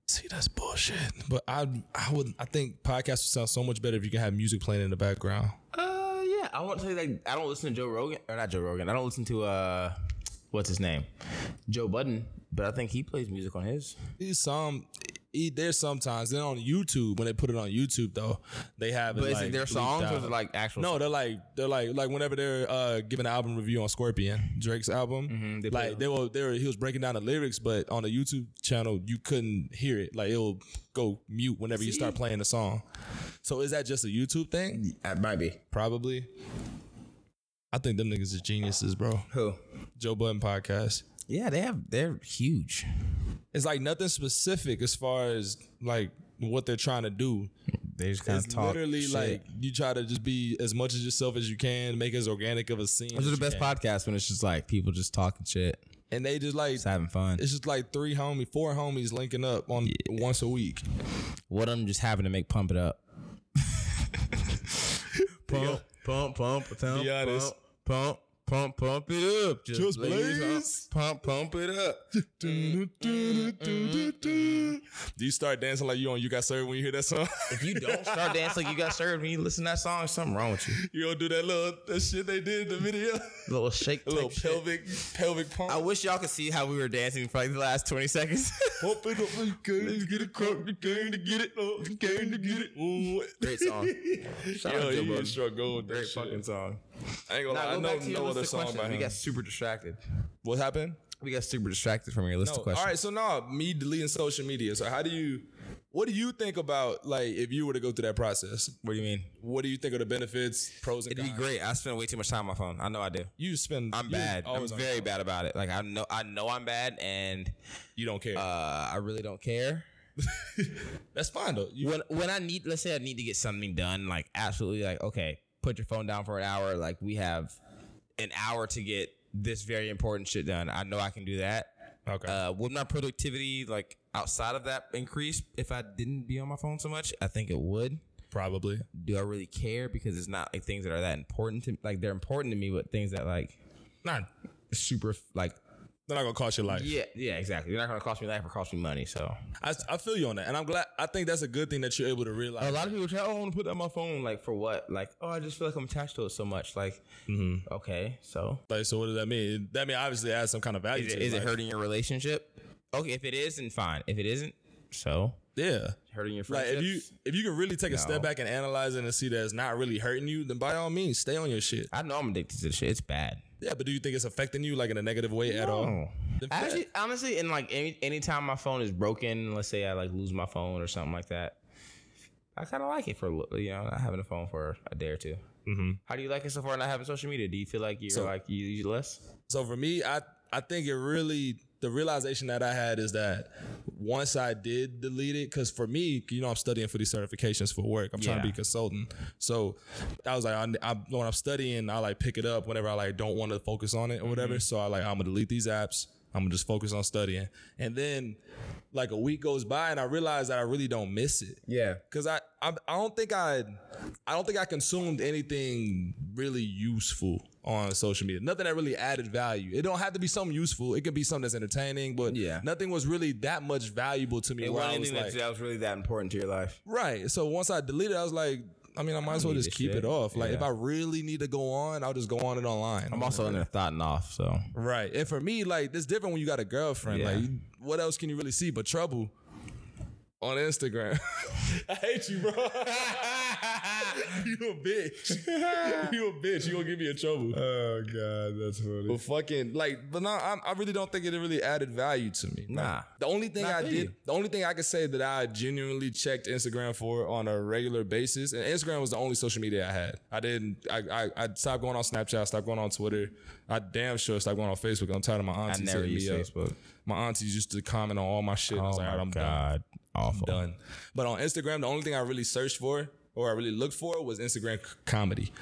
See, that's bullshit. But I, I would, I think podcasts would sound so much better if you can have music playing in the background.
Uh, yeah. I want to say like I don't listen to Joe Rogan or not Joe Rogan. I don't listen to uh, what's his name, Joe Budden. But I think he plays music on his.
There's some, e- there's sometimes then on YouTube when they put it on YouTube though, they have.
But
it
is
like
it their
bleeped
songs or is
out.
it like actual?
No, they're like they're like like whenever they're uh giving an album review on Scorpion, Drake's album,
Mm-hmm, they play
like they were they were he was breaking down the lyrics, but on the YouTube channel you couldn't hear it. Like it'll go mute whenever you start playing the song. So is that just a YouTube thing?
uh, It might be
Probably. I think them niggas is geniuses, bro.
who?
Joe Budden podcast.
Yeah, they have. They're huge.
It's like nothing specific as far as like what they're trying to do.
They just kind of
It's
talk.
literally
shit.
like you try to just be as much as yourself as you can, make as organic of a scene.
Those are
as
the
you
best
can.
podcasts when it's just like people just talking shit,
and they just like
just having fun.
it's just like three homie, four homies linking up on once a week.
What I'm just having to make pump it up. pump, pump, pump, pump,
Be honest.
pump, pump, pump it up. Just,
Just blaze.
blaze. Pump, pump it up. Mm.
Do you start dancing like you on You Got Served when you hear that song?
if you don't start dancing like you got served when you listen to that song, something wrong with you.
you don't do that little that shit they did in the video,
little shake,
a little
type shit.
pelvic pelvic pump.
I wish y'all could see how we were dancing for like the last 20 seconds.
Pump it up, you can get it, crunk, you can to get it, oh, you can to get it. Ooh.
Great song. Shout
Yo,
out Joe
you
Budden.
struck gold. with that
Great
shit.
fucking song.
I ain't gonna
Nah,
lie. I
go
know
back to your
no
list
other
of
song
questions.
by
We
him.
got super distracted.
What happened?
We got super distracted from your list
No.
of questions.
All right. So now me deleting social media. So how do you? What do you think about like if you were to go through that process?
What do you mean?
What do you think of the benefits, pros, and
It'd be
cons?
great. I spend way too much time on my phone. I know I do.
You spend.
I'm
you
bad. I'm
always on your
very
phone.
bad about it. Like I know I know I'm bad and
You don't care.
uh I really don't care.
That's fine though. You,
When when I need let's say I need to get something done, like absolutely like, okay, put your phone down for an hour. Like we have an hour to get this very important shit done. I know I can do that.
okay.
Uh would my productivity like outside of that increase if I didn't be on my phone so much? I think it would.
Probably.
Do I really care? Because it's not like things that are that important to like they're important to me, but things that like
Nah,
super like
they're not gonna cost your life.
yeah yeah exactly. They're not gonna cost me life or cost me money. So
I, I feel you on that, and I'm glad. I think that's a good thing that you're able to realize.
a lot of people try. Oh, I want to put that on my phone. Like for what? Like oh, I just feel like I'm attached to it so much. Like okay, so
Like, so what does that mean? That mean obviously adds some kind of value.
is it,
to
is it
like-
hurting your relationship? Okay, if it is, then fine. If it isn't, so
Yeah.
hurting your
Like
friendships.
if you if you can really take a
No.
step back and analyze it and see that it's not really hurting you, then by all means stay on your shit.
I know I'm addicted to this shit. It's bad.
Yeah, but do you think it's affecting you like in a negative way at all?
No.
Then
I
fat.
Actually, honestly, in like any anytime my phone is broken, let's say I like lose my phone or something like that, I kind of like it for a little- you know not having a phone for a day or 2 Mm-hmm. How do you like it so far? Not having social media? Do you feel like you're
So-
like you use it less?
So for me, I I think it really the realization that I had is that once I did delete it, because for me, you know, I'm studying for these certifications for work. I'm trying to be
Yeah.
a consultant, so I was like, I, I, when I'm studying, I like pick it up whenever I like don't want to focus on it or whatever. So I like I'm gonna delete these apps. I'm gonna just focus on studying, and then like a week goes by, and I realize that I really don't miss it.
Yeah.
Cause I, I I don't think I I don't think I consumed anything really useful on social media. Nothing that really added value. It don't have to be something useful. It could be something that's entertaining, but
Yeah.
nothing was really that much valuable to me.
It
where
wasn't
I was
anything
like,
that, that was really that important to your life.
right. So once I deleted, it, I was like, I mean, I might as well
need
just
this
keep
shit.
it off. Like if
Yeah.
I really need to go on, I'll just go on it online.
I'm also in there thoughting off, so
right. And for me, like it's different when you got a girlfriend.
Yeah.
Like what else can you really see but trouble? On Instagram, I hate you, bro. you a bitch. you a bitch. You gonna give me in trouble.
Oh god, that's funny.
But fucking like, but no, I, I really don't think it really added value to me.
Nah.
The only thing
Not
I
for
did,
you.
the only thing I could say that I genuinely checked Instagram for on a regular basis, and Instagram was the only social media I had. I didn't. I I, I stopped going on Snapchat. I stopped going on Twitter. I damn sure stopped going on Facebook. I'm tired of my
I
aunties
never
hitting
use
me up.
Facebook.
My aunties used to comment on all my shit. and I was like, "All right, I'm done."
Oh awful.
done. But on Instagram, the only thing I really searched for or I really looked for was Instagram c- comedy.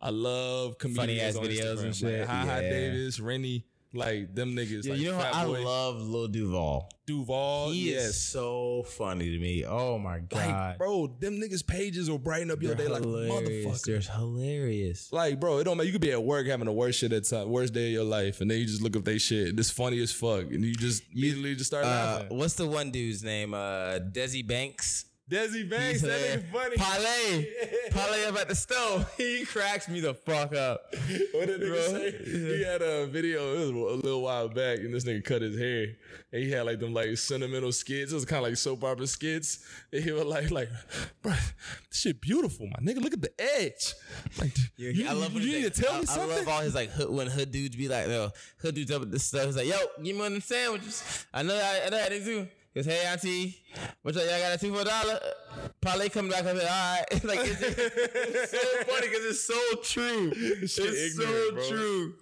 I love comedians
Funny-ass
on
videos
Instagram.
and shit.
Like, Hi Hi
Yeah.
Davis, Rennie, like them niggas.
Yeah,
like,
you know
Fat
what? I
Boy,
love Lil Duval.
Duval.
He
yes.
is so funny to me. Oh my
Like,
god,
bro, them niggas pages will brighten up your day like a motherfucker.
They're hilarious.
Like, bro, it don't matter. You could be at work having the worst shit at time, worst day of your life, and then you just look up they shit. and It's funny as fuck, and you just immediately just start
Uh,
laughing.
what's the one dude's name? Uh, Desi Banks.
Desi Banks,
He's
that
hilarious.
nigga funny.
Parlay, parlay up at the stove. He cracks me the fuck up.
What did nigga
Bro.
say? He had a video it was a little while back, and this nigga cut his hair, and he had like them like sentimental skits. It was kind of like soap opera skits. And he was like, like, bro, this shit beautiful, my nigga. Look at the edge. Like, you,
I love
you,
when he's
need
like-
to tell
I,
me
I
something.
love all his like hood, when hood dudes be like, yo, hood dudes up at the stuff. He's like, yo, give me one of them sandwiches. I know that I, know that they do. He goes, hey auntie, what y'all, y'all got a two for a dollar? Probably come back up and all right. like it's, it's so funny because it's so true. It's
Shit ignorant,
so
bro.
true.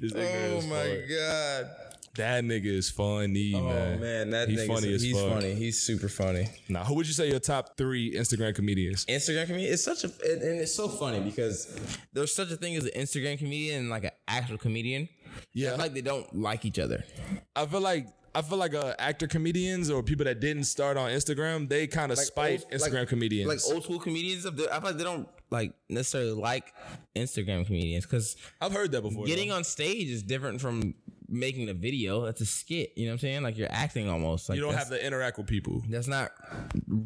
This nigga
Oh
is
my
funny.
god. Oh,
that nigga is funny, man.
that
He's
nigga's-
funny as fuck.
He's super funny.
Now, who would you say your top three Instagram comedians?
Instagram comedian. It's such a and, and it's so funny because there's such a thing as an Instagram comedian and like an actual comedian.
Yeah,
It's like they don't like each other.
I feel like. I feel like uh, actor comedians or people that didn't start on Instagram, they kind of spite
old-
Instagram comedians.
Like old school comedians, I feel like they don't like necessarily like Instagram comedians because
I've heard that before.
getting
though.
on stage is different from making a video. That's a skit. You know what I'm saying? Like you're acting almost. Like
you don't
that's-
have to interact with people.
That's not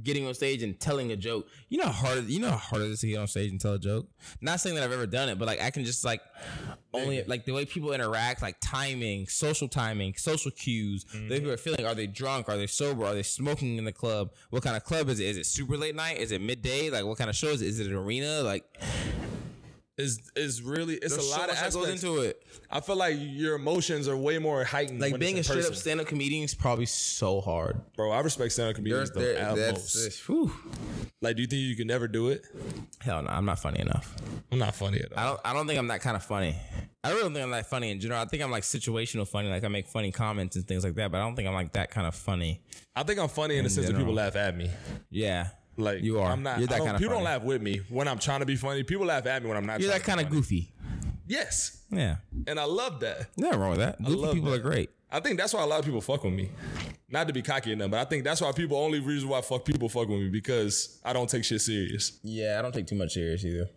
getting on stage and telling a joke. You know how hard you know how hard it is to get on stage and tell a joke. Not saying that I've ever done it, but like I can just like only like the way people interact, like timing, social timing, social cues, the way people are
Mm-hmm.
feeling. Are they drunk? Are they sober? Are they smoking in the club? What kind of club is it? Is it super late night? Is it midday? Like what kind of show is it? Is it an arena? Like
is is really it's
There's
a
so
lot of
much that
aspects.
goes into it.
I feel like your emotions are way more heightened.
Like
when
being a
it's in
straight up
person.
stand up comedian is probably so hard.
bro. I respect stand up comedians though,
There's there,
at
that's
most.
whew.
Like, do you think you can never do it?
Hell no, I'm not funny enough.
I'm not funny at all.
I don't I don't think I'm that kind of funny. I really don't think I'm that funny in general. I think I'm like situational funny, like I make funny comments and things like that, but I don't think I'm like that kind of funny.
I think I'm funny in the sense that people laugh at me.
Yeah.
Like
you are.
I'm not.
You're that
I don't,
kind of
people
funny.
don't laugh with me when I'm trying to be funny. People laugh at me when I'm not.
You're
trying
that
to be
kind of
funny.
goofy.
Yes,
Yeah.
and I love that.
Nothing wrong with that. Goofy
love
people
that.
are great.
I think that's why a lot of people fuck with me. Not to be cocky or nothing, but I think that's why people only reason why fuck people fuck with me because I don't take shit serious.
Yeah, I don't take too much serious either.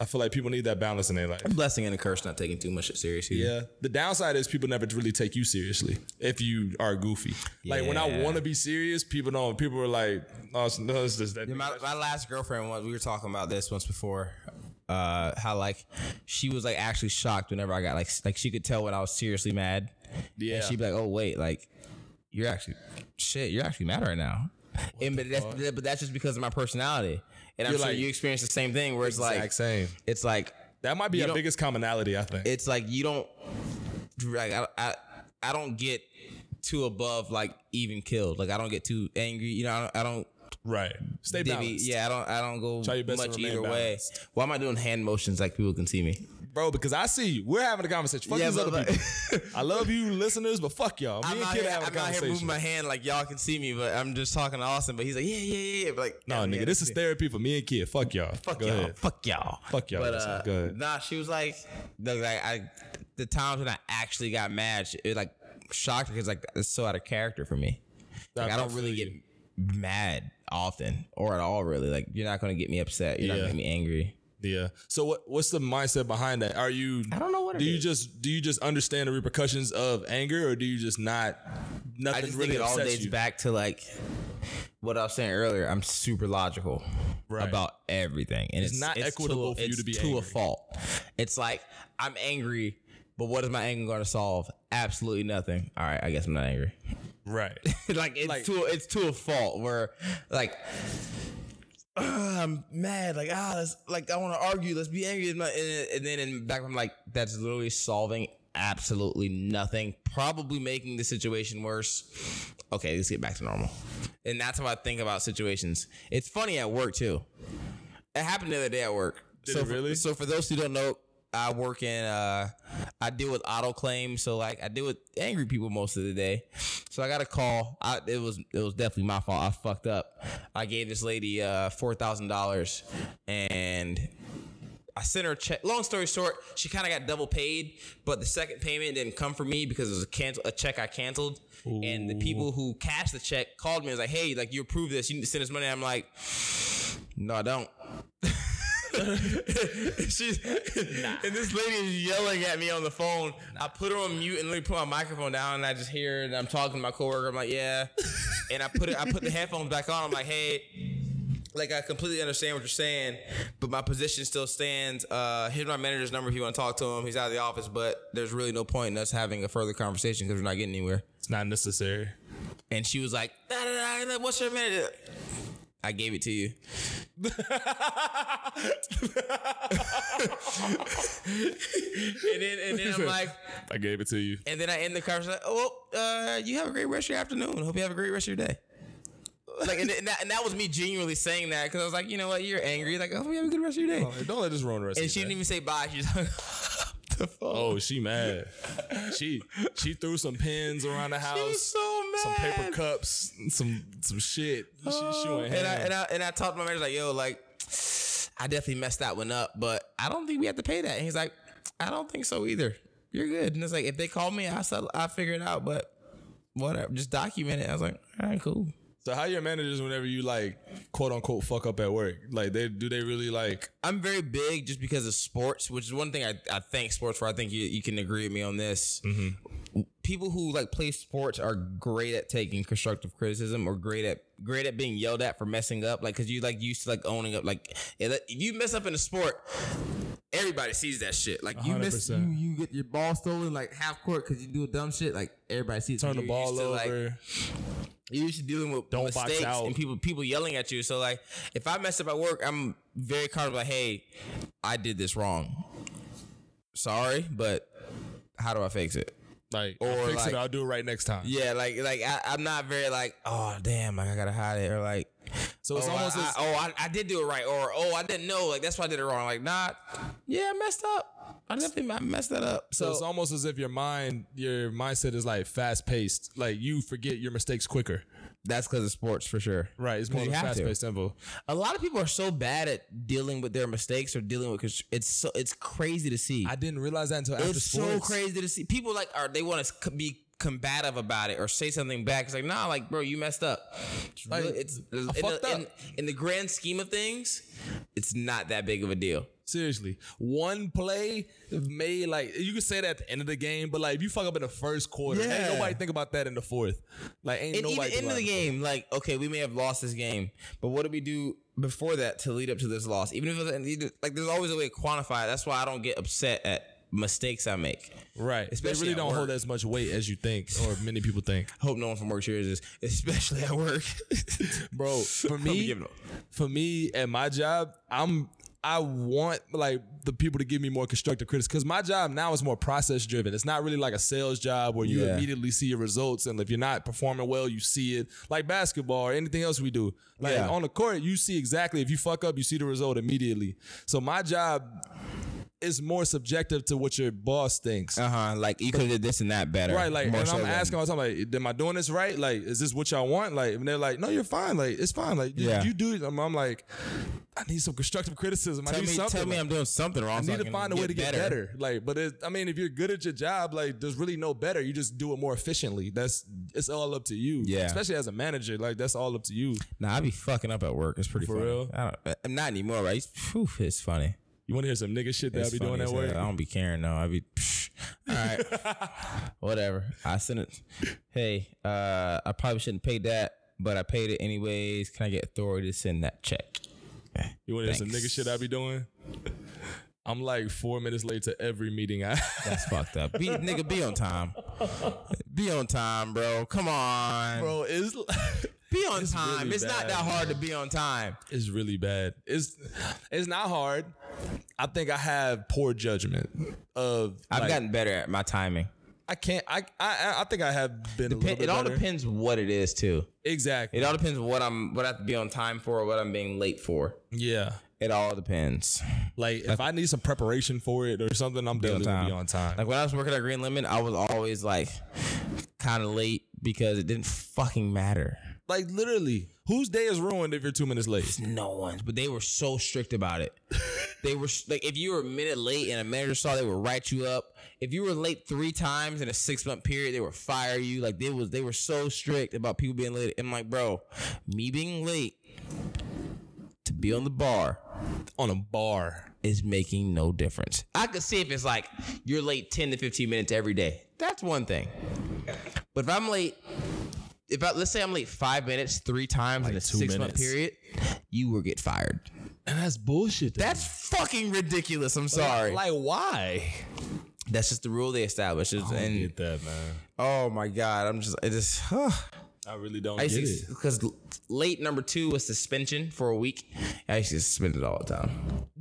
I feel like people need that balance in their life.
Blessing and a curse not taking too much seriously.
Yeah. The downside is people never really take you seriously if you are goofy. Like when I
Yeah.
want to be serious, people don't. People are like, oh, it's- no, it's just that.
Yeah, my, my last girlfriend once we were talking about this once before. Uh, how like she was like actually shocked whenever I got like s- like she could tell when I was seriously mad.
Yeah.
And she'd be like, "Oh wait, like you're actually shit. You're actually mad right now." and but that's that- but that's just because of my personality. And I'm
You're
sure
like-
you experience the same thing where it's like
Exact same.
it's like
That might be
You
our
don't-
biggest commonality, I think.
it's like you don't like I, I I don't get too above like even killed. Like I don't get too angry. You know I don't, I don't
right. Stay
Dibby,
balanced.
Yeah, I don't I don't go
Try your best to
much
remain
either way.
balanced.
Why am I doing hand motions like people can see me?
Bro, because I see you. We're having a conversation. Fuck
Yeah,
these
but
other
like-
people. I love you listeners, but fuck y'all. Me
I'm
and
out,
Kid
here,
are having
I'm
a
out here moving
conversation.
my hand like y'all can see me, but I'm just talking to Austin. But he's like, yeah, yeah, yeah, yeah. But like,
No,
yeah,
nigga,
yeah,
this is therapy for me and Kid. Fuck y'all.
fuck
Go
y'all,
ahead.
fuck y'all,
Fuck y'all,
But
that's
uh,
all good.
nah, she was like, look, like I, the times when I actually got mad, she- it like shocked her because like it's so out of character for me. Like,
I
I don't really
feel
get mad often or at all, really. Like you're not gonna get me upset. You're
Yeah.
not gonna get me angry.
Yeah. So what what's the mindset behind that? Are you I
don't know what
do
it
you
is.
just do you just understand the repercussions of anger or do you just not nothing
I just
really
think it all
upsets
dates
you?
back to like what I was saying earlier. I'm super logical
Right.
about everything, and it's,
not equitable for you
it's
to be
to a
angry.
fault. It's like I'm angry, but what is my anger going to solve? Absolutely nothing. All right, I guess I'm not angry.
Right.
like it's
Like-
to it's to a fault where like. "Ugh, I'm mad, like ah, let's, like I want to argue. Let's be angry, and, and and then in back, I'm like, that's literally solving absolutely nothing. Probably making the situation worse. Okay, let's get back to normal. And that's how I think about situations. It's funny at work too. It happened the other day at work.
Did
so
it
for-
really?
so for those who don't know, I work in uh I deal with auto claims, so like I deal with angry people most of the day. So I got a call. I it was it was definitely my fault. I fucked up. I gave this lady uh four thousand dollars and I sent her a check. Long story short, she kind of got double paid, but the second payment didn't come for me because it was a cancel a check I canceled. And the people who cashed the check called me and was like, "Hey, like you approved this? You need to send us money." I'm like, "No, I don't." She's and this lady is yelling at me on the phone. I put her on mute and literally put my microphone down, and I just hear her, and I'm talking to my coworker. I'm like, "Yeah," and I put it. I put the headphones back on. I'm like, "Hey, like I completely understand what you're saying, but my position still stands. Uh, here's my manager's number if you want to talk to him. He's out of the office, but there's really no point in us having a further conversation because we're not getting anywhere.
it's not necessary.
And she was like, "Da, da, da, da, "What's your manager?" I gave it to you. and then and then I'm like,
I gave it to you.
and then I end the conversation. Like, oh, well, uh, you have a great rest of your afternoon. Hope you have a great rest of your day. Like and, and, that, and that was me genuinely saying that because I was like, you know what, you're angry. Like, oh, hope you have a good rest of your day.
Hey, don't let this ruin the rest
And
of
she
your
didn't
day.
even say bye. She just hung up the phone.
Oh, she mad. she she threw some pins around the
she was
house,
so mad.
some paper cups, some some shit. Oh. She, she went
and I
ham.
and I and I talked to my manager like, yo, like, I definitely messed that one up, but I don't think we have to pay that. And he's like, I don't think so either. You're good. And it's like, if they call me, I settle, I figure it out. But whatever, just document it. I was like, all right, cool.
so how your managers whenever you like quote unquote fuck up at work? Like they do they really like
I'm very big just because of sports, which is one thing I, I thank sports for. I think you, you can agree with me on this.
Mm-hmm.
People who like play sports are great at taking constructive criticism or great at great at being yelled at for messing up. Like, cause you like used to like owning up. Like, if you mess up in a sport, Everybody sees that shit. Like you miss, you
100%.
you get your ball stolen like half court because you do dumb shit. Like everybody sees. it.
Turn the
You're
ball
used to, like,
over.
you're used to dealing with
Don't box
mistakes
out.
and people people yelling at you. So like, if I mess up at work, I'm very comfortable. Like, hey, I did this wrong. Sorry, but how do I fix it?
like,
or
I'll fix
like-
it. I'll do it right next time.
Yeah, like like I, I'm not very like oh damn like I gotta hide it or like
So it's
oh,
almost
I,
as,
I- oh I, I did do it right or oh I didn't know like that's why I did it wrong like not yeah I messed up I definitely I messed that up
so
so,
it's almost as if your mind, your mindset is like fast paced. Like you forget your mistakes quicker.
that's because of sports for sure
Right. It's more
'Cause
of a
you have
fast
to.
paced tempo.
a lot of people are so bad at dealing with their mistakes or dealing with because it's so it's crazy to see
I didn't realize that until after
it's
sports.
so crazy to see people like are they want to be combative about it or say something back it's like nah like bro you messed up it's
Like,
really- it's in,
fucked
the, in,
up.
in the grand scheme of things it's not that big of a deal
Seriously, one play made like you could say that at the end of the game, but like if you fuck up in the first quarter,
Yeah.
ain't nobody think about that in the fourth. Like ain't
and even
nobody. think
end of
about
the
it.
game like okay we may have lost this game but what do we do before that to lead up to this loss even if it was- like there's always a way to quantify it. that's why i don't get upset at mistakes i make
right?
Especially
they really
at
don't hold
work.
as much weight as you think, or many people think,
hope no one from work hears this especially at work
bro. For
I'll be
me,
giving up.
for me at my job, I'm I want like the people to give me more constructive criticism because my job now is more process driven. It's not really like a sales job where you
Yeah.
immediately see your results, and if you're not performing well, you see it like basketball or anything else we do. Like
Yeah.
on the court, you see exactly if you fuck up, you see the result immediately. So my job is more subjective to what your boss thinks.
uh-huh like you could have did this and that better
Right, like,
More
and
so
I'm
than-
asking all the time, like, am I doing this right? Like, is this what y'all want? Like, and they're like, no, you're fine. Like, it's fine. Like, you,
Yeah.
you do it. I'm, I'm like, I need some constructive criticism. I
Tell
need
me,
something.
tell me
Like,
I'm doing something wrong.
I
so
need to
can
find a way to get better. Like, but it, I mean, if you're good at your job, like, there's really no better. You just do it more efficiently. That's it's all up to you.
Yeah.
especially as a manager, like that's all up to you.
Nah, I be fucking up at work. It's pretty
For
funny.
real?
I don't, I'm not anymore, right? It's, phew, it's funny.
You want to hear some nigga shit that I
It's
be doing
funny
that
as
work?
hell. I don't be caring though. I be psh. all right, whatever. I sent it. Hey, uh, I probably shouldn't pay that, but I paid it anyways. Can I get authority to send that check?
You want to hear some nigga
Thanks.
shit I be doing? I'm like four minutes late to every meeting. I
That's fucked up. Be nigga, be on time. Be on time, bro. Come on,
bro, it's
Be on time.
really
it's not
bad,
that hard to be on time.
It's really bad. It's it's not hard. I think I have poor judgment of
I've
like,
gotten better at my timing.
I can't I I I think I have been a little
It
bit
all
better.
depends what it is too.
Exactly.
It all depends what I'm what I have to be on time for or what I'm being late for.
yeah.
It all depends.
Like if I need some preparation for it or something, I'm definitely gonna be
time.
on time.
Like when I was working at Green Lemon, I was always like kind of late because it didn't fucking matter.
Like literally, whose day is ruined if you're two minutes late?
No one's, but they were so strict about it. they were s- like, if you were a minute late and a manager saw, they would write you up. If you were late three times in a six month period, they would fire you. Like they was, they were so strict about people being late. And I'm like, bro, me being late to be on the bar
On a bar.
is making no difference. I could see if it's like you're late 10 to 15 minutes every day. That's one thing. But if I'm late, if I, let's say I'm late five minutes three times in a
two
six month
minutes.
period, you will get fired.
And that's bullshit.
That's fucking ridiculous. I'm sorry.
like why?
That's just the rule they established. It's- and
that, man.
oh my god, I'm just it is. Huh.
I really don't
I
get it.
used to because late number two was suspension for a week. I used to suspend it all the time.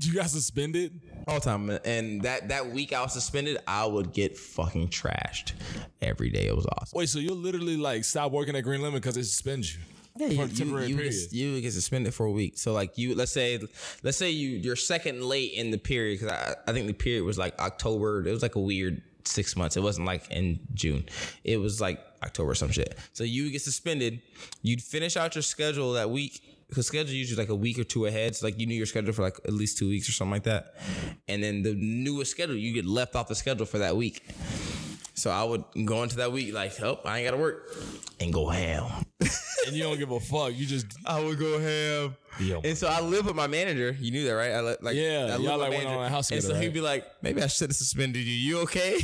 You got suspended?
all the time. And that that week I was suspended, I would get fucking trashed every day. It was awesome.
Wait, so you'll literally like stop working at Green Lemon because they suspend you.
Yeah, you,
for a temporary
you, you,
period.
Get, you would get suspended for a week. So like you, let's say, let's say you you're second late in the period because I, I think the period was like October. It was like a weird six months. It wasn't like in June. It was like October or some shit. So you would get suspended. You'd finish out your schedule that week. Cause schedule usually like a week or two ahead. So like you knew your schedule for like at least two weeks or something like that. And then the newest schedule, you get left off the schedule for that week. So I would go into that week like, oh, I ain't gotta work. And go ham.
and you don't give a fuck. You just
I would go ham.
Yo,
and so I live with my manager. You knew that, right? I li- like
Yeah,
I
y'all,
live with my
like, went
manager.
on a house
and so
together,
he'd
right?
be like, maybe I should have suspended you. You okay?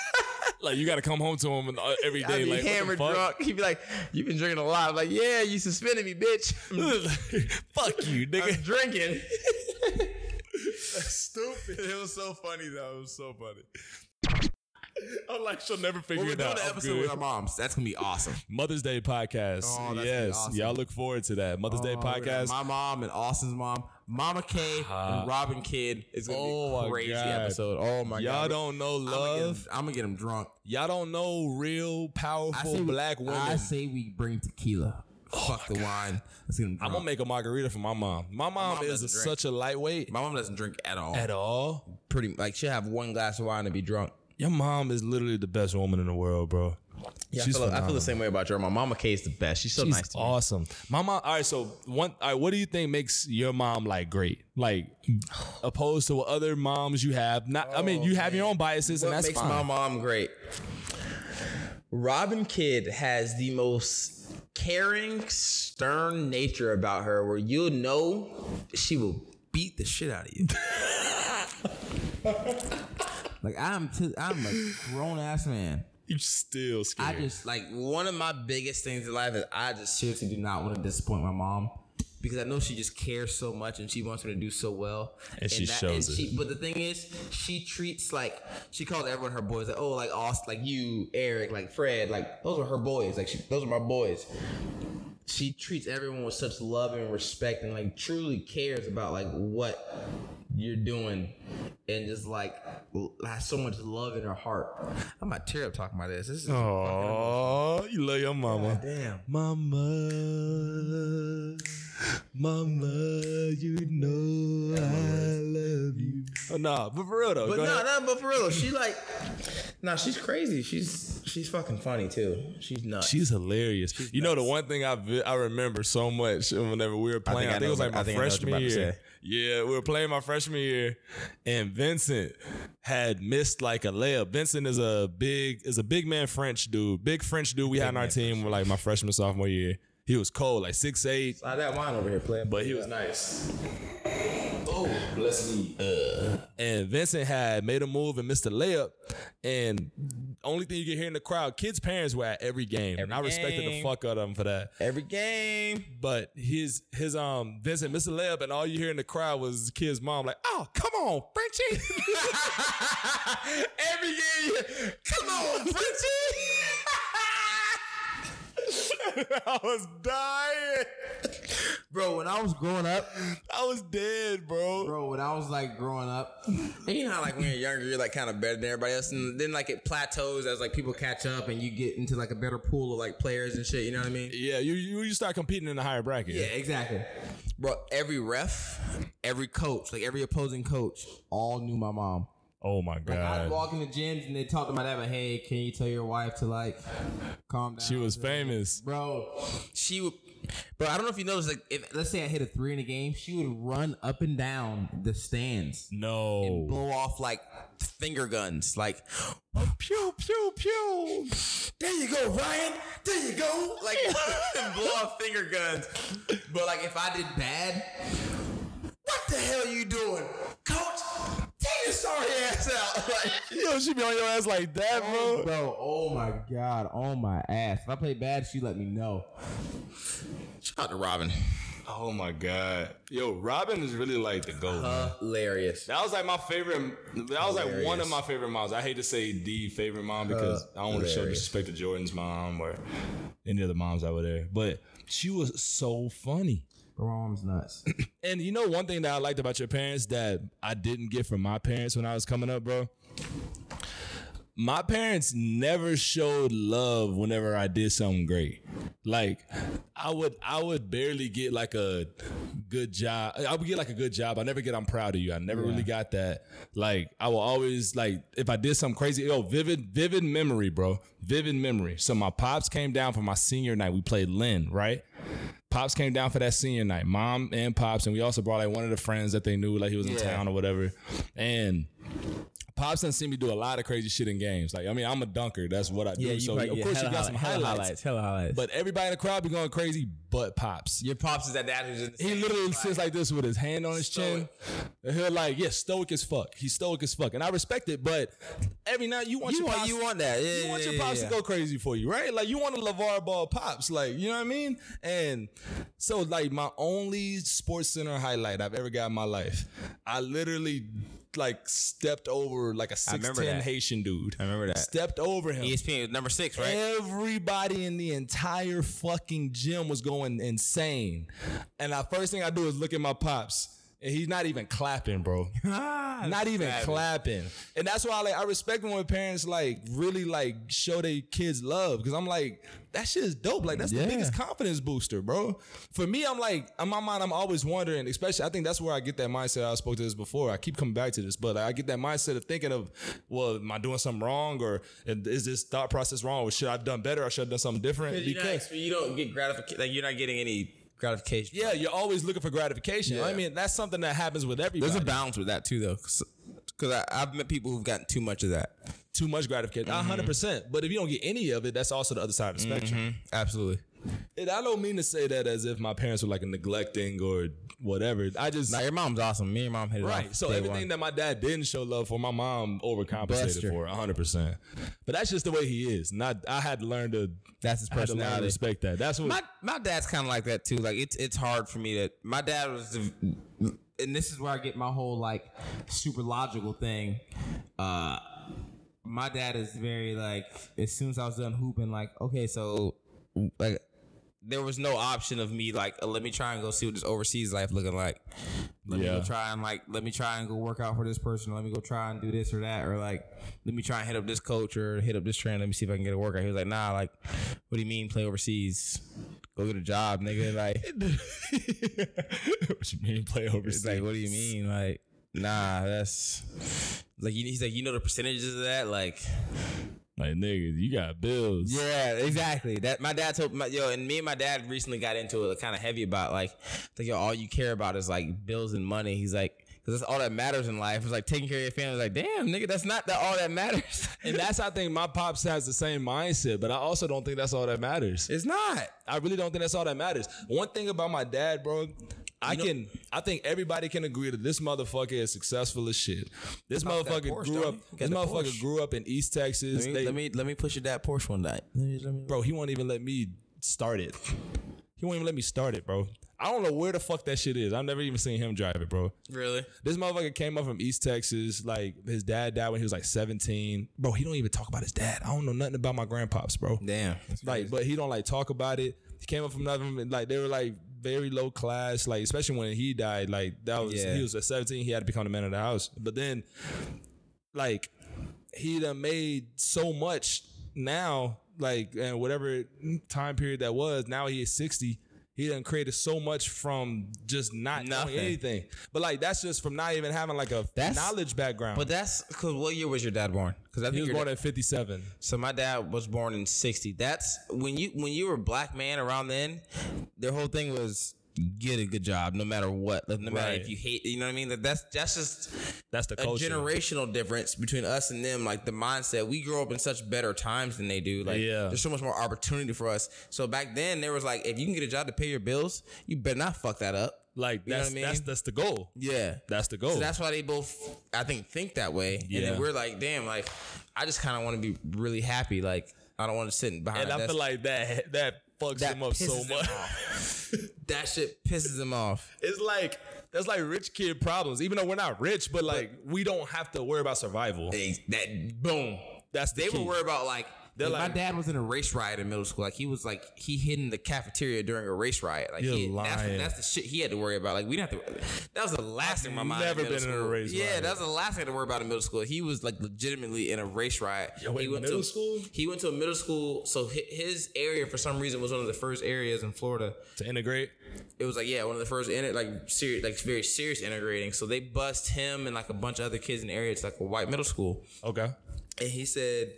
like you got to come home to him and, uh, every
I'd
day,
be
like what the
hammered,
fuck?
drunk. He'd be like, you've been drinking a lot. I'm like, yeah, you suspended me, bitch.
fuck you,
I'm
nigga.
drinking.
Stupid.
It was so funny though. It was so funny.
I'm like, she'll never figure
Well,
it
we're
out.
doing an
I'm
episode
good.
with our moms. That's gonna be awesome.
Mother's Day podcast.
Oh, that's gonna be
yes,
awesome.
y'all look forward to that. Mother's Day
Oh, we're gonna have
podcast.
My mom and Austin's mom, Mama K
Ah.
and Robin Kidd. It's gonna
Oh,
be
my
a crazy
God.
episode. Oh my
y'all
god.
don't know love.
I'm gonna get him drunk.
Y'all don't know real powerful black women.
I say we bring tequila. Fuck the wine. Let's get him
I'm
drunk.
gonna make a margarita for my mom. My mom,
mom
is
doesn't
a,
drink.
such a lightweight.
my mom doesn't drink at all.
At all,
Pretty like she'll have one glass of wine and be drunk.
your mom is literally the best woman in the world, bro.
Yeah,
She's
I, feel, I feel
phenomenal.
the same way about your mom. Mama K is the best. She's so
She's
nice. To me.
awesome. My mom. All right. So one. All right. What do you think makes your mom like great? Like opposed to what other moms you have. Not. I mean, you have your own biases, and
Oh, what
that's
makes
fine.
my mom great. Robin Kidd has the most caring, stern nature about her, where you'll know she will beat the shit out of you.
Like I'm, t- I'm a grown ass man.
you still
I
scared.
just like one of my biggest things in life is I just seriously do not want to disappoint my mom because I know she just cares so much and she wants me to do so well. And,
she shows it.
But the thing is, she treats like she calls everyone her boys. Like oh, like Aust, like you, Eric, like Fred, like those are her boys. Like she, those are my boys. She treats everyone with such love and respect and like truly cares about like what you're doing and just like l- has so much love in her heart. I'm about to tear up talking about this. This is
Oh, you love your mama.
Damn.
Mama, mama, you know I love you. Oh, nah, but for real though,
But
go
no,
ahead.
no, but for real, she like, nah, she's crazy. She's she's fucking funny too. She's nuts.
She's hilarious. you know the one thing I vi- I remember so much whenever we were playing. I
I
think, it was
know-
like
I
my
think I know what you're
freshman
about to
year.
say.
Yeah, we were playing my freshman year, and Vincent had missed like a layup. Vincent is a big is a big man French dude, big French dude we had on our team like my freshman sophomore year. He was cold, like six eight.
I got wine over here playing,
But he was nice. Oh, bless me. and Vincent had made a move and missed a layup. And only thing you could hear in the crowd, kids' parents were at every game. and I respected the
game.
fuck out of them for that.
every game.
But his his um Vincent missed a layup, and all you hear in the crowd was the kid's mom, like, oh, come on, Frenchie.
every game. Come on, Frenchie.
I was dying.
Bro, when I was growing up,
I was dead, bro.
bro, when I was like growing up,
And you know how like when you're younger, you're like kind of better than everybody else, and then like it plateaus as like people catch up and you get into like a better pool of like players and shit. You know what I mean?
Yeah, you, you you start competing in the higher bracket.
Yeah, exactly. Bro, every ref, every coach, like every opposing coach,
all knew my mom.
Oh my
I'd
god.
walk in the gyms and they talked about that, but hey, can you tell your wife to like calm down?
She was famous.
Bro,
she would. Bro, I don't know if you noticed, like, if
let's say I hit a three in a game, she would run up and down the stands.
No.
blow off like finger guns, like
Pew pew pew.
there you go, Ryan, there you go, like and blow off finger guns. But like, if I did bad, what the hell you doing, Coach? Take your sorry ass out. Like,
Yo, she be on your ass like that, bro.
Bro, oh my god, on my ass. If I play bad, she let me know.
shout out to Robin.
Oh my god. Yo, Robin is really like the goat. man.
Hilarious.
that was like my favorite. That was like one of my favorite moms. I hate to say the favorite mom because I don't want to show
Hilarious.
disrespect to Jordan's mom or any of the moms out there. But she was so funny.
Bro, my mom's nuts.
And you know one thing that I liked about your parents that I didn't get from my parents when I was coming up, bro. My parents never showed love whenever I did something great. Like I would I would barely get like a good job. I would get like a good job. I never get I'm proud of you. I never really got that. Like I will always like if I did something crazy, yo, vivid, vivid memory, bro. Vivid memory. So my pops came down for my senior night. We played Lynn, right? Pops came down for that senior night, mom and pops, and we also brought like one of the friends that they knew, like he was in town or whatever. And Pops done seen me do a lot of crazy shit in games. Like, I mean, I'm a dunker. That's what I do.
Yeah, you
so
probably,
of
yeah,
course
hella
you got
highlight-
some
hella
highlights.
Hella highlights.
But everybody in the crowd be going crazy, but Pops.
Your pops is that dad who's in the
He
same
literally
spot.
sits like this with his hand on his chin. And he'll like, yeah, stoic as fuck. He's stoic as fuck. And I respect it, but every now you want
You
your
want
pops,
you want that? Yeah,
you want
yeah,
your pops
yeah,
to go crazy for you, right? Like you want a LeVar ball pops, like you know what I mean? And so like my only sports center highlight I've ever got in my life. I literally like stepped over like a six
remember
ten
that.
Haitian dude. I
remember that.
Stepped over him.
yeah. ESPN number six, right?
Everybody in the entire fucking gym was going insane. And the first thing I do is look at my pops. And he's not even clapping, bro.
Ah,
not even clapping. And that's why like I respect when parents like really like show their kids love. Cause I'm like, that shit is dope. Like that's the biggest confidence booster, bro. For me, I'm like, in my mind, I'm always wondering, especially I think that's where I get that mindset. I spoke to this before. I keep coming back to this, but I get that mindset of thinking of, well, am I doing something wrong? Or is this thought process wrong? Or should I have done better? Or should I have done something different?
You're not, you don't get gratification. Like you're not getting any gratification.
yeah, you're always looking for gratification. I
Yeah.
mean, that's something that happens with everybody.
There's a balance with that too, though, because I've met people who've gotten too much of that.
too much gratification.
Mm-hmm.
A 100%. But if you don't get any of it, that's also the other side of the spectrum.
Absolutely.
And I don't mean to say that as if my parents were like neglecting or whatever. I just
Now your mom's awesome. Me and your mom hit it
right.
off
So
day
everything
one.
that my dad didn't show love for, my mom overcompensated
Buster.
for 100. percent But that's just the way he is. Not I had to learn to
that's his
I had to learn to
personality.
respect that. That's what.
my my dad's kind of like that too. Like it's it's hard for me to. My dad was, the- and this is where I get my whole like super logical thing. Uh, my dad is very like as soon as I was done hooping, like okay, so like there was no option of me like uh, let me try and go see what this overseas life looking like. Let me
Yeah.
go try and like let me try and go work out for this person. Let me go try and do this or that or like let me try and hit up this coach or hit up this trainer. Let me see if I can get a workout. He was like, nah, like what do you mean play overseas? Go get a job, nigga. Like
what you mean play
it's
overseas?
like what do you mean like. Nah, that's like he's like you know the percentages of that like
Like nigga, you got bills.
Yeah, exactly. That my dad told my yo, and me and my dad recently got into it kind of heavy about like, like yo, all you care about is like bills and money. He's like, because that's all that matters in life. It's like taking care of your family. Like, damn, nigga, that's not that all that matters.
And that's I think my pops has the same mindset, but I also don't think that's all that matters.
it's not.
I really don't think that's all that matters. One thing about my dad, bro, I can I think everybody can agree that this motherfucker is successful as shit. This motherfucker
Porsche,
grew
don't
up
he? He got
this
the
motherfucker
Porsche.
grew up in East Texas.
Let me,
They-
let me let me push your dad Porsche one night. Let me, let me,
bro, he won't even let me start it. He won't even let me start it, bro. I don't know where the fuck that shit is. I've never even seen him drive it, bro.
really?
This motherfucker came up from East Texas. Like his dad died when he was like 17. Bro, he don't even talk about his dad. I don't know nothing about my grandpops, bro.
Damn.
Like, but he don't like talk about it. He came up from nothing. and, Like they were like very low class. Like especially when he died, like that was
Yeah.
he was at seventeen. He had to become the man of the house. But then, like, he done made so much now. Like and whatever time period that was, now he is sixty. He done created so much from just not
Nothing.
knowing anything. But like that's just from not even having like a
That's-
knowledge background.
But that's because what year was your dad born? Because I think
he was
your
born
da-
at fifty seven.
So my dad was born in '60. That's when you when you were a black man around then. Their whole thing was get a good job, no matter what, like, no matter
Right.
if you hate. You know what I mean? That that's that's just
That's the
a generational difference between us and them. Like the mindset, we grew up in such better times than they do. Like
Yeah.
there's so much more opportunity for us. So back then there was like, if you can get a job to pay your bills, you better not fuck that up.
Like
You know
that's
what I mean?
that's that's the goal.
Yeah.
That's the goal.
So that's why they both, I think, think that way. And
Oh. Yeah.
then we're like, damn, like, I just kind of want to be really happy. Like, I don't want to sit behind.
And
a
I
desk.
feel like that that fucks
That
him up so
pisses him
much.
that shit pisses them off.
it's like that's like rich kid problems. Even though we're not rich, but like we don't have to worry about survival.
They, that boom.
That's the
They were
key.
worried about like.
They're
like,
like-
my dad was in a race riot in middle school. Like he was like he hid in the cafeteria during a race riot. Like
You're
he, That's,
lying.
that's the shit he had to worry about. Like we didn't have to. That was the last thing my mind.
never
middle
been in a
school.
race
Yeah,
riot.
that was the last thing I had to worry about in middle school. He was like legitimately in a race riot.
Yo,
he
in middle
to,
school?
He went to a middle school. So hi- his area for some reason was one of the first areas in Florida
To integrate,
it was like yeah, one of the first inter- like serious like very serious integrating. So they bust him and like a bunch of other kids in the area. It's like a white middle school,
okay.
and he said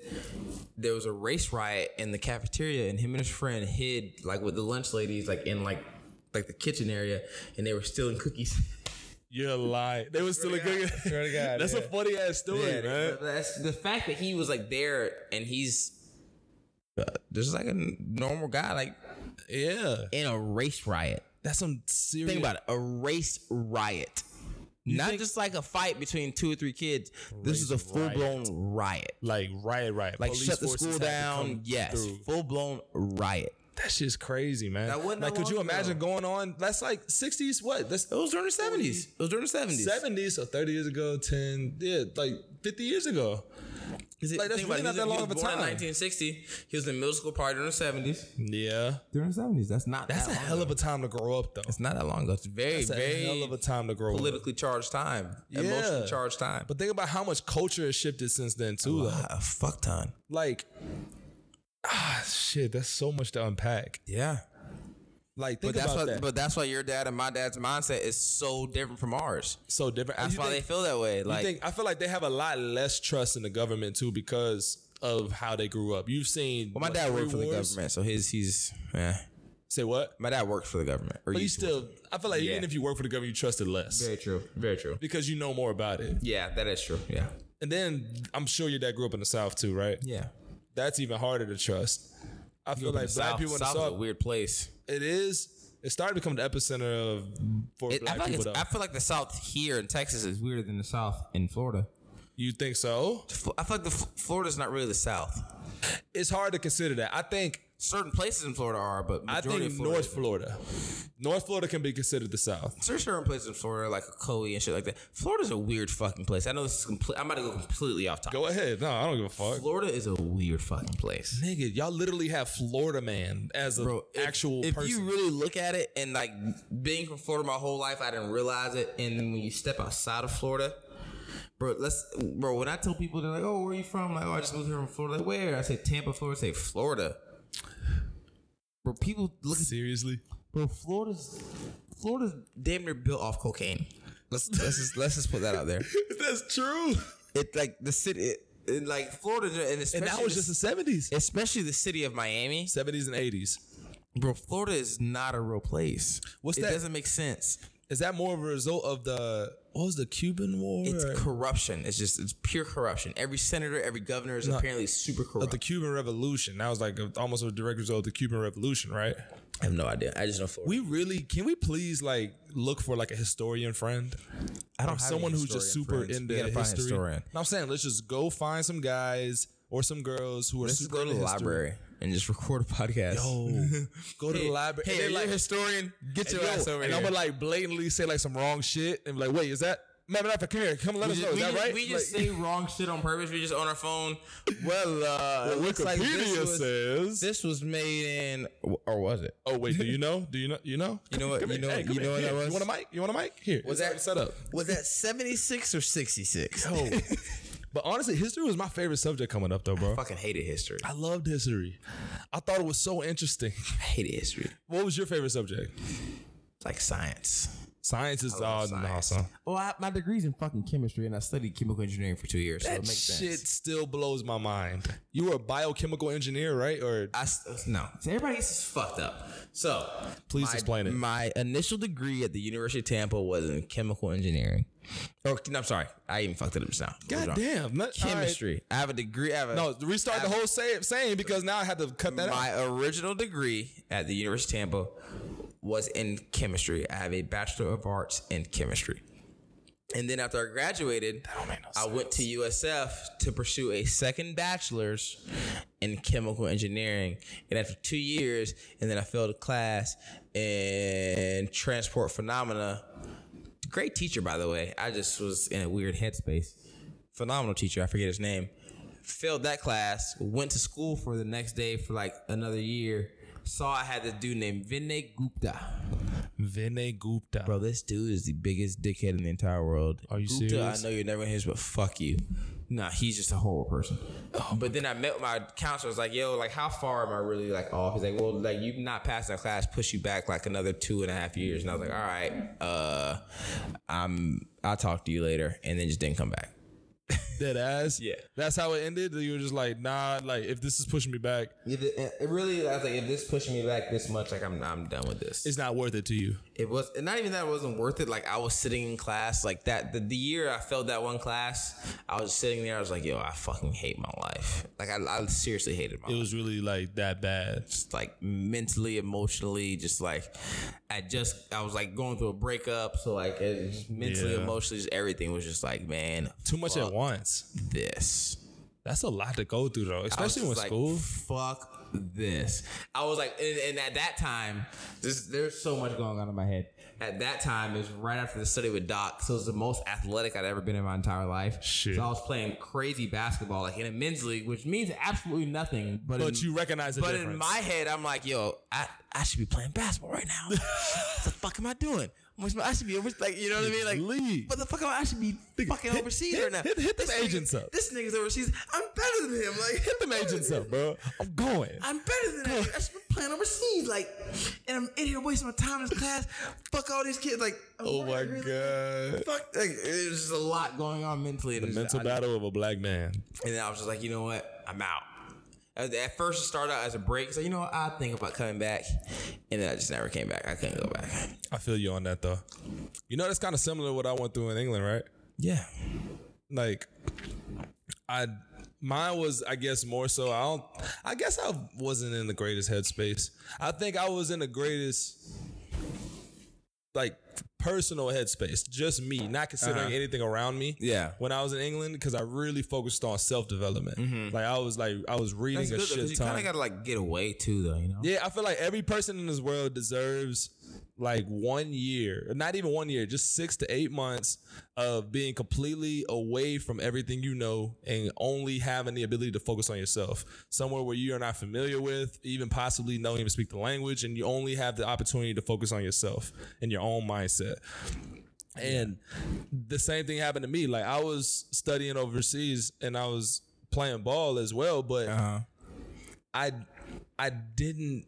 there was a race riot in the cafeteria, and him and his friend hid like with the lunch ladies like in like like the kitchen area, and they were stealing cookies.
You're lying. They was still a good.
Swear to God,
That's a
yeah.
funny ass story, man.
but that's the fact that he was like there and he's uh, just like a n- normal guy, like
Yeah,
in a race riot.
that's some serious.
Think about it, a race riot. Not just like a fight between two or three kids. This is a
Race
full
riot.
blown riot.
like right, right.
Like shut the school down. Yes, full blown riot.
That's just crazy, man.
That wasn't
like,
that
could you
long ago.
imagine going on? That's like 60s. What? That's it was during the 70s.
It was during the seventies.
70s, so 30 years ago, 10, yeah, like 50 years ago. like, that's really not that long of a time.
In 1960, he was in middle school party during the seventies.
Yeah,
During the 70s. That's not
that's
that
a
long
hell of a time to grow up, though.
It's not that long ago. It's very,
That's a
very
hell of a time to grow up.
politically charged time,
Yeah.
emotionally charged time.
But think about how much culture has shifted since then, too. though.
a fuck ton.
Like, ah, shit, that's so much to unpack.
Yeah.
Like, think
But that's
about
why.
that.
But that's why your dad and my dad's mindset is so different from ours.
so different.
That's
You
why
think-
they feel that way. Like
you think I feel like they have a lot less trust in the government too because of how they grew up. You've seen
Well, my
what,
dad
three
worked for the
wars?
government, so his he's yeah.
Say what?
My dad worked for the government. Or
But you
used to work.
still, I feel like even
Yeah.
if you work for the government, you trust it less
very true, very true.
because you know more about it.
Yeah, that is true. Yeah,
And then I'm sure your dad grew up in the South too, right?
yeah. That's
That's even harder to trust. I feel like black
South,
people in the
South is a
South,
weird place.
it is. It started to become the epicenter of for
It,
black
I, feel like
people.
it's,
Though.
I feel like the South here in Texas is weirder than the South in Florida.
you think so?
F- I feel like the F- Florida's not really the South.
It's hard to consider that. I think
Certain places in Florida are, but
I
majority
think
of Florida
North Florida, North Florida can be considered the South.
There's certain places in Florida, like Coe and shit like that. Florida's a weird fucking place. I know this is complete. I'm about to go completely off topic.
Go ahead. No, I don't give a fuck.
Florida is a weird fucking place.
Nigga, y'all literally have Florida man as an
Bro, if-
actual
if
person.
you really look at it and like being from Florida my whole life, I didn't realize it. And then when you step outside of Florida, bro, let's bro. When I tell people they're like, "Oh, where are you from?" like, "Oh, I just moved here from Florida." Like, where? I say Tampa, Florida. I say Florida. Bro, people look.
Seriously,
Bro, Florida's Florida's damn near built off cocaine. Let's let's just let's just put that out there.
that's true.
It like the city, it, it, like Florida, and
And
especially
that was
the-
just the seventies,
especially the city of Miami.
seventies and eighties.
Bro, Florida is not a real place.
What's
it
that?
doesn't make sense.
Is that more of a result of the what was the Cuban War?
It's
Or-
corruption. It's just it's pure corruption. Every senator, every governor is apparently super
of
corrupt.
the Cuban Revolution. That was like a, almost a direct result of the Cuban Revolution, right?
I have no idea. I just know Florida.
We really can we please like look for like a historian friend?
I
Or
don't have
someone
any
who's just super
historian friends.
into
We gotta find a
history.
historian.
No, I'm saying let's just go find some guys or some girls who are
Let's just
super
go to the
into history.
library and just record a podcast.
Oh, go to
Hey,
the library.
Hey,
And
are
they
you a
like-
historian? Get
and
your
yo,
ass over
and
here.
I'm gonna like blatantly say like some wrong shit and be like, wait, is that man? Matter of fact, come here, come let us know. Is
we,
that
just,
right?
we just
like,
say wrong shit on purpose. We just on our phone. Well, uh, it looks like this
Wikipedia
was,
says.
this was made in, or was it?
oh wait, do you know? Do you know? You know?
You know what?
Come
You
here.
know-
Hey, come
you know
here.
what that
Here,
was?
You want a mic? You want a mic? Here. it's
Was that-
already set up?
Was that seventy six or sixty six?
Oh. but honestly, history was my favorite subject coming up though, bro.
Fucking hated history.
I loved history. I thought it was so interesting.
I hated history.
What was your favorite subject?
It's like science.
Science is
love
all
science.
awesome.
Well, I, my degree's in fucking chemistry, and I studied chemical engineering for two years, so it
That
makes
shit
sense.
still blows my mind. You were a biochemical engineer, right? Or
I s- no. So everybody gets this fucked up. So
please
my,
explain it.
My initial degree at the University of Tampa was in chemical engineering. Or no, I'm sorry, I even fucked it up just now. What was
God
wrong?
damn, not, all right.
Chemistry. I have a degree. I have a,
No, restart the whole say, saying because now I had to cut that out.
my original degree at the University of Tampa was in chemistry. I have a Bachelor of Arts in chemistry. And then after I graduated, I went to USF to pursue a second bachelor's in chemical engineering. And after two years, and then I failed a class in transport phenomena. Great teacher, by the way. I just was in a weird headspace. Phenomenal teacher. I forget his name failed that class, went to school for the next day for like another year. Saw I had this dude named Vinay Gupta.
Vinay Gupta.
Bro, this dude is the biggest dickhead in the entire world.
Are you
Gupta,
serious?
I know you're never in his, but fuck you. Nah, he's just a horrible person.
Oh
but then I met with my counselor. I was like, yo, like, how far am I really like off? He's like, well, like, you not passing that class, push you back like another two and a half years. And I was like, all right, uh, I'm, I'll talk to you later. And then just didn't come back.
dead ass.
Yeah.
That's how it ended. You were just like, nah, like if this is pushing me back,
If it, it really, I was like, if this pushed me back this much, like I'm, I'm done with this.
it's not worth it to you.
it was and not even that it wasn't worth it. Like I was sitting in class, like that the, the year I failed that one class, I was sitting there. I was like, yo, I fucking hate my life. Like I, I seriously hated my
It
life.
was really like that bad.
like mentally, emotionally, just like I just I was like going through a breakup, so like it just mentally,
Yeah.
emotionally, just everything was just like man,
Too much
fuck
at once.
This
That's a lot to go through though,
I was
especially with
just like,
school.
Fuck this. I was like, and, and at that time, this, there's so much going on in my head. At that time is right after the study with Doc, so it was the most athletic I'd ever been in my entire life.
Shit.
So I was playing crazy basketball, like in a men's league, which means absolutely nothing. But
But
in-
you recognize the
but
difference.
in my head, I'm like, yo, I, I should be playing basketball right now. what the fuck am I doing? I'm just- I should be over, like, you know what I mean? Like,
Leave.
what the fuck am I? I should be fucking overseas right now.
hit- hit them
This nigga-
agents up.
This nigga's overseas. I'm better than him. Like,
Hit them agents up, bro. I'm going.
I'm better than that. I should be playing overseas. Like, and I'm in here wasting my time in this class. Fuck all these kids. Like, oh my god. Fuck. Like, there's just a lot going on mentally. And,
The
it's-
mental
I-
battle of a black man.
and then I was just like, you know what? I'm out. At at first, it started out as a break. So, you know what? I think about coming back. And then I just never came back. I couldn't go back.
I feel you on that though. You know, that's kind of similar to what I went through in England, right?
Yeah.
like I mine was I guess more so I don't I guess I wasn't in the greatest headspace. I think I was in the greatest like personal headspace, just me, not
Uh-huh.
considering anything around me.
Yeah.
When I was in England, because I really focused on self development. Like I was like I was reading
Mm-hmm. That's
a
good, though, 'cause
shit
you kind
ton.
of got to, like, get away, too, though, you know?
Yeah, I feel like every person in this world deserves like one year, not even one year, just six to eight months of being completely away from everything you know and only having the ability to focus on yourself. Somewhere where you are not familiar with, even possibly don't even speak the language, and you only have the opportunity to focus on yourself and your own mindset. And the same thing happened to me. Like I was studying overseas and I was playing ball as well, but I I didn't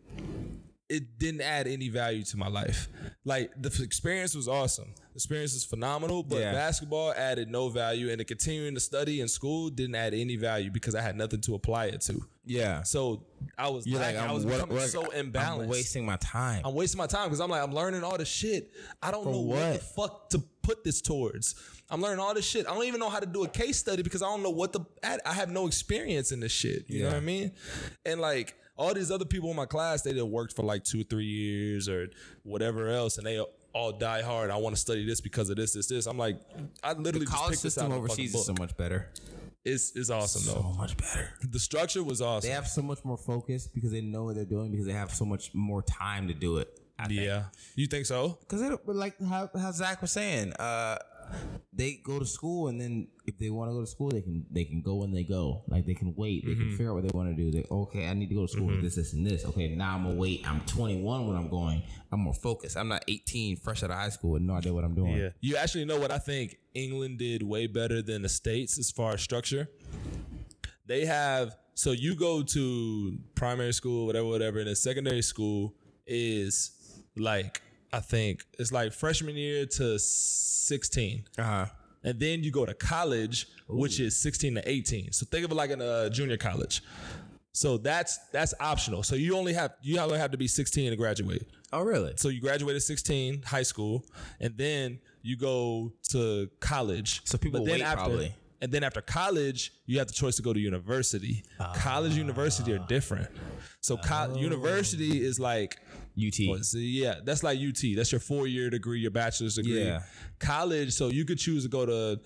it didn't add any value to my life. Like the f- experience was awesome. The experience is phenomenal, but basketball added no value and the continuing to study in school didn't add any value because I had nothing to apply it to.
Yeah.
So I was
You're
lacking.
like, I'm
I was
what-
becoming
what-
so imbalanced.
I'm wasting my time.
I'm wasting my time because I'm like, I'm learning all this shit. I don't know what? the fuck to put this towards. I'm learning all this shit. I don't even know how to do a case study because I don't know what the I I have no experience in this shit. You know what I mean? And like all these other people in my class, they done worked for like two or three years or whatever else, and they all die hard. I want to study this because of this, this, this. I'm like, I literally just
College
picked this out
system
of a
overseas
fucking
is so
book.
much better.
It's it's awesome
So
though.
much better.
The structure was awesome.
They have so much more focus because they know what they're doing because they have so much more time to do it.
yeah, you think so?
Because they don't- like how, how Zach was saying, uh, they go to school and then if they want to go to school, they can they can go when they go. Like they can wait, they
Mm-hmm.
can figure out what they want to do. They okay, I need to go to school with this, this, and this. Okay, now I'm gonna wait. I'm 21 when I'm going. I'm more focused. I'm not 18, fresh out of high school with no idea what I'm doing.
Yeah. You actually know what I think England did way better than the States as far as structure? They have so you go to primary school, whatever, whatever, and then secondary school is like I think it's like freshman year to sixteen.
Uh-huh.
And then you go to college, which is 16 to 18. So think of it like in a junior college. So that's that's optional. So you only have you only have to be 16 to graduate.
Oh really?
So you graduate at 16, high school, and then you go to college.
So people
then
wait, probably.
And then after college, you have the choice to go to university.
Ah.
college, university are different. So co-
Oh.
university is like
UT.
so yeah, that's like UT. That's your four year degree, your bachelor's degree.
Yeah.
College, so you could choose to go to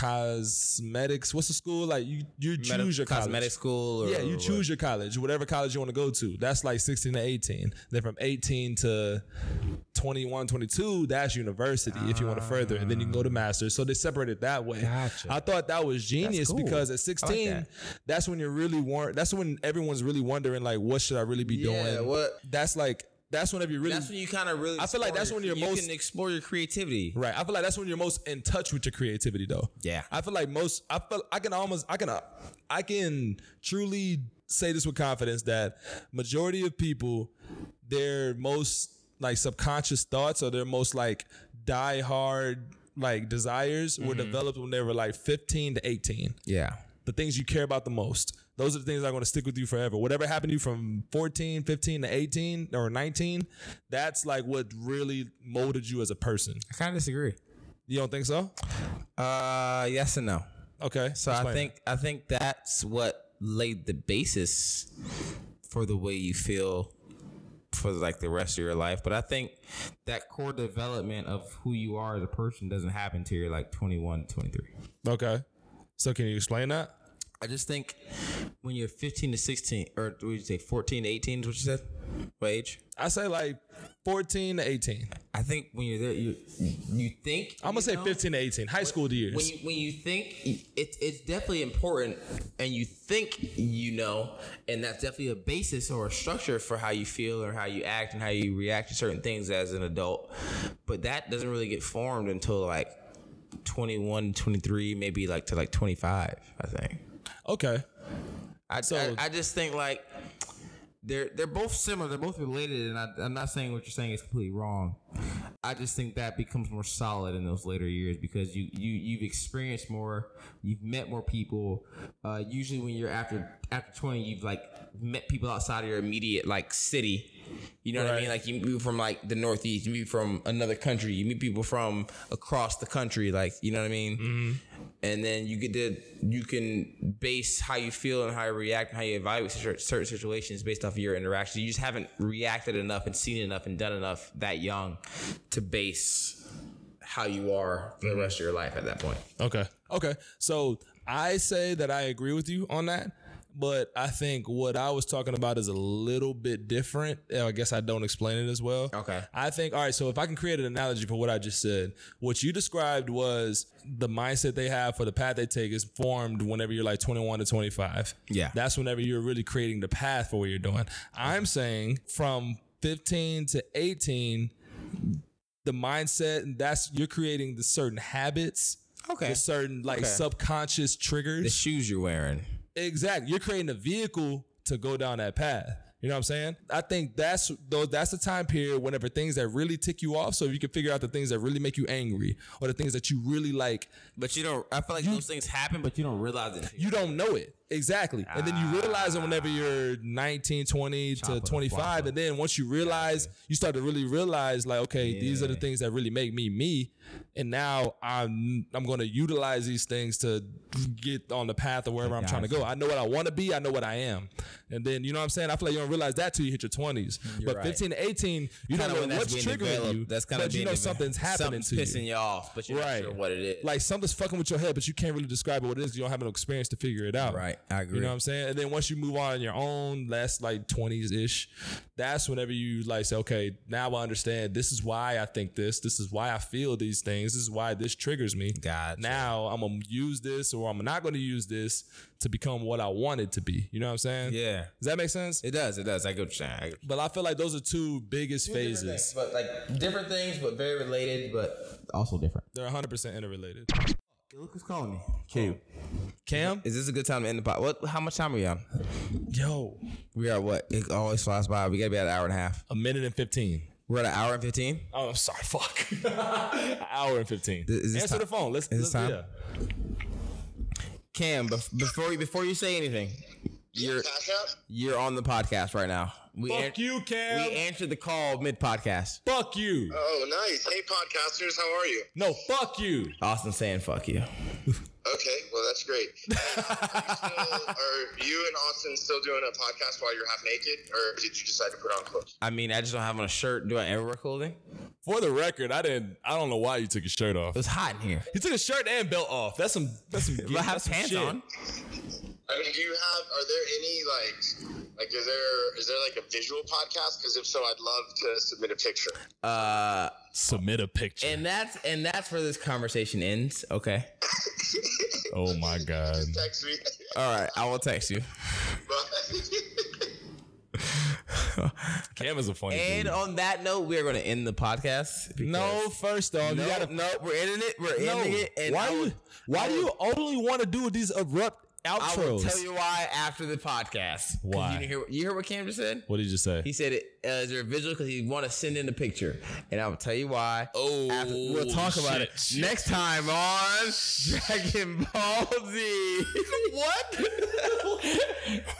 cosmetics. What's the school like? You you choose your college.
cosmetic school. Or
Yeah, you choose your college, whatever college you want to go to. That's like 16 to 18. Then from 18 to 21, 22, that's university if you want to further. And then you can go to master's. So they separate it that way.
Gotcha.
I thought that was genius
cool.
because at 16,
that.
that's when you're really war- that's when everyone's really wondering like what should I really be
Yeah,
doing?
what-
That's like that's whenever you really
That's when you kind of really.
I feel like
explore
that's
your-
when you're
you
most-
can explore your creativity.
Right. I feel like that's when you're most in touch with your creativity though.
Yeah.
I feel like most I feel I can almost I can uh, I can truly say this with confidence that majority of people their most like subconscious thoughts or their most like die hard like desires were developed when they were like 15 to 18.
Yeah.
The things you care about the most. Those are the things that are going to stick with you forever. Whatever happened to you from 14, 15 to 18 or 19, that's like what really molded you as a person.
I kind of disagree.
You don't think so?
Uh, yes and no.
Okay.
So I
explain
think I think that's what laid the basis for the way you feel for like the rest of your life. But I think that core development of who you are as a person doesn't happen till you're like 21, 23.
it. Okay. So can you explain that?
I just think when you're 15 to 16, or what did you say, 14 to 18 is what you said? What age?
I say like 14 to 18.
I think when you're there, you you think
I'm going to say
you know?
15 to 18, high school years.
when you when you think it, it's definitely important and you think you know and that's definitely a basis or a structure for how you feel or how you act and how you react to certain things as an adult but that doesn't really get formed until like 21 23 maybe like to like 25 i think
okay.
I,
So-
I, I just think like they're they're both similar. They're both related, and I, I'm not saying what you're saying is completely wrong. I just think that becomes more solid in those later years because you you you've experienced more, you've met more people. Uh, usually, when you're after after 20, you've like met people outside of your immediate like city. You know what I mean?
Right.
Like you move from like the Northeast, you move from another country, you meet people from across the country. Like you know what I mean? and then you get to you can base how you feel and how you react and how you evaluate cer- certain situations based off of your interactions. You just haven't reacted enough and seen enough and done enough that young to base how you are for the rest of your life at that point.
Okay. Okay. So I say that I agree with you on that, but I think what I was talking about is a little bit different. and I guess I don't explain it as well.
Okay.
I think, all right, so if I can create an analogy for what I just said, what you described was the mindset they have for the path they take is formed whenever you're like 21 to 25.
Yeah.
That's whenever you're really creating the path for what you're doing. I'm saying from 15 to 18, the mindset, that's you're creating the certain habits
Okay.
the certain like subconscious
The
triggers.
shoes you're wearing.
exactly. You're creating a vehicle to go down that path. You know what I'm saying? I think that's though that's the time period whenever things that really tick you off. So if you can figure out the things that really make you angry or the things that you really like,
But you don't I feel like those things happen but you don't realize it.
you don't know it. Exactly. And then you realize it whenever you're 19, 20 to 25. And then once you realize, you start to really realize, like, okay, these are the things that really make me me. And now I'm I'm going to utilize these things to get on the path of wherever I'm trying to go. I know what I want to be. I know what I am. And then, you know what I'm saying? I feel like you don't realize that till you hit your 20s. but
right.
15 to 18, you
Kinda
don't know
when that's
what's
being
triggering
developed,
you.
That's kind
but
of
you know something's happening to you
pissing you off, but you're
Right.
not sure what it is.
like something's fucking with your head, but you can't really describe what it is. 'cause You don't have no experience to figure it out.
Right, I agree.
You know what I'm saying? And then once you move on in your own, that's like 20s ish. That's whenever you like say, okay, now I understand. This is why I think this. This is why I feel these things. This is why this triggers me.
Gotcha.
Now I'm gonna use this, or I'm not gonna use this to become what I want it to be. You know what I'm saying?
yeah.
Does that make sense?
It does, it does. I get what you're saying. I get
but I feel like those are two biggest phases.
Things, but like different things, but very related, but also different.
They're 100% interrelated.
Look who's calling me.
Q,
Cam,
is this a good time to end the pod? What? How much time are we on?
yo,
We are what? It always flies by. We gotta be at an hour and a half.
a minute and 15.
We're at an hour and fifteen.
Oh, I'm sorry. Fuck. An hour and fifteen.
Is this
Answer
ti-
the phone. Let's.
is this
let's-
time? Cam, bef- before you, before you say anything, you're you're on the podcast right now. We
Yeah.
an-
Fuck you,
We
Cam.
answered the call mid podcast.
fuck you.
Oh, nice. Hey, podcasters, how are you?
No, fuck you.
Austin saying "fuck you."
Okay, well, that's great. Hey, are, you still, are you and Austin still doing a podcast while you're half naked, or did you decide to put on clothes?
I mean, I just don't have on a shirt. Do I ever wear clothing?
For the record, I didn't. I don't know why you took your shirt off.
It was hot in here.
He took his shirt and belt off. That's some. That's some.
Do I have
that's some
pants
shit.
on?
I mean, do you have? Are there any like, like, is there is there like a visual podcast? Because if so, I'd love to submit a picture.
Uh,
Submit a picture.
and that's and that's where this conversation ends. Okay.
oh my god.
Just text me.
All right, I will text you.
Bye.
Cam is a funny.
And
dude.
on that note, we are going to end the podcast.
no, first off,
no,
you gotta.
no, we're ending it. We're
No.
ending it. And
why
I
do
will-
you? Why do you only want to do these abrupt
I will tell
Outros.
you why after the podcast. 'Cause
Why?
You, didn't hear, you heard what Cam just said?
What did you say?
He said, it, uh, "Is there a visual?" Because he want to send in a picture, and I will tell you why. Oh, After, we'll talk about it
shit.
next time on Dragon Ball Z. what?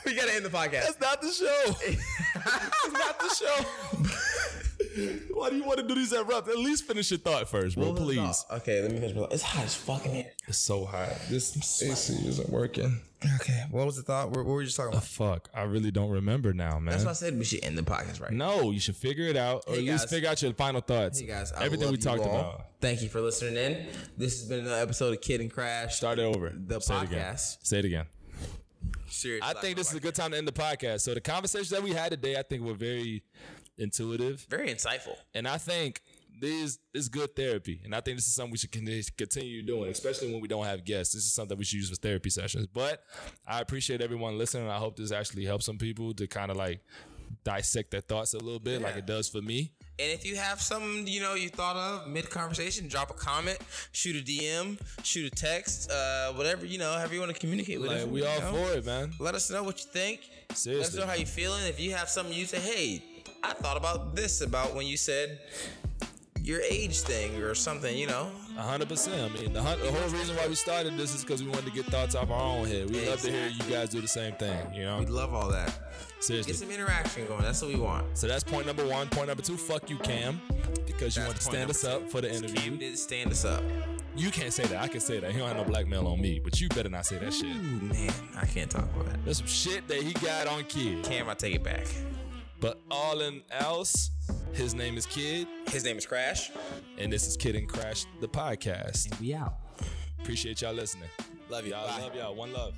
we gotta end the podcast.
That's not the show. It's not the show. Why do you want to do these at rap? At least finish your thought first, bro. Please.
Okay, let me finish. My thought. It's hot as fucking here.
It's so hot. This AC isn't working.
Okay, what was the thought? What, what were you just talking about?
Fuck. I really don't remember now, man.
That's why I said we should end the podcast right. now.
no, you should figure it out, or
Hey,
at least
guys.
figure out your final thoughts.
Hey guys, I
everything
love
we
you
talked
all.
about.
Thank you for listening in. This has been another episode of Kid and Crash.
Start it over.
The
Say it again.
podcast.
Say it again.
Seriously,
I think this is a good time to end the podcast. So the conversations that we had today, I think were very intuitive,
very insightful.
and I think this is good therapy. And I think this is something we should con- continue doing, especially when we don't have guests. This is something we should use for therapy sessions. But I appreciate everyone listening. I hope this actually helps some people to kind of like dissect their thoughts a little bit, like
Yeah.
it does for me.
And if you have something you know you thought of mid conversation, drop a comment, shoot a DM, shoot a text, uh, whatever you know, however you want to communicate with us.
Like we
you
all
know.
for it, man.
Let us know what you think. Let us
Seriously.
know how you feeling. If you have something you say, hey, I thought about this about when you said your age thing or something, you know.
A hundred percent. I mean, the, hun- the whole reason why we started this is because we wanted to get thoughts off our own head. We love to hear you guys do the same thing. You
We
know,
love all that.
seriously.
Get some interaction going. That's what we want.
So that's point number one. Point number two, fuck you, Cam, because you
That's
want to
point
stand
number
us up for the
You
interview.
did stand us up.
You can't say that. I can say that. He don't have no blackmail on me, but you better not say that shit.
Ooh, man, I can't talk about that.
There's some shit that he got on Kid.
Cam, I take it back.
But all in else, his name is Kid,
His name is Crash.
and this is Kid and Crash, the podcast.
We out.
Appreciate y'all listening.
Love you.
Y'all
Bye.
love y'all. One love.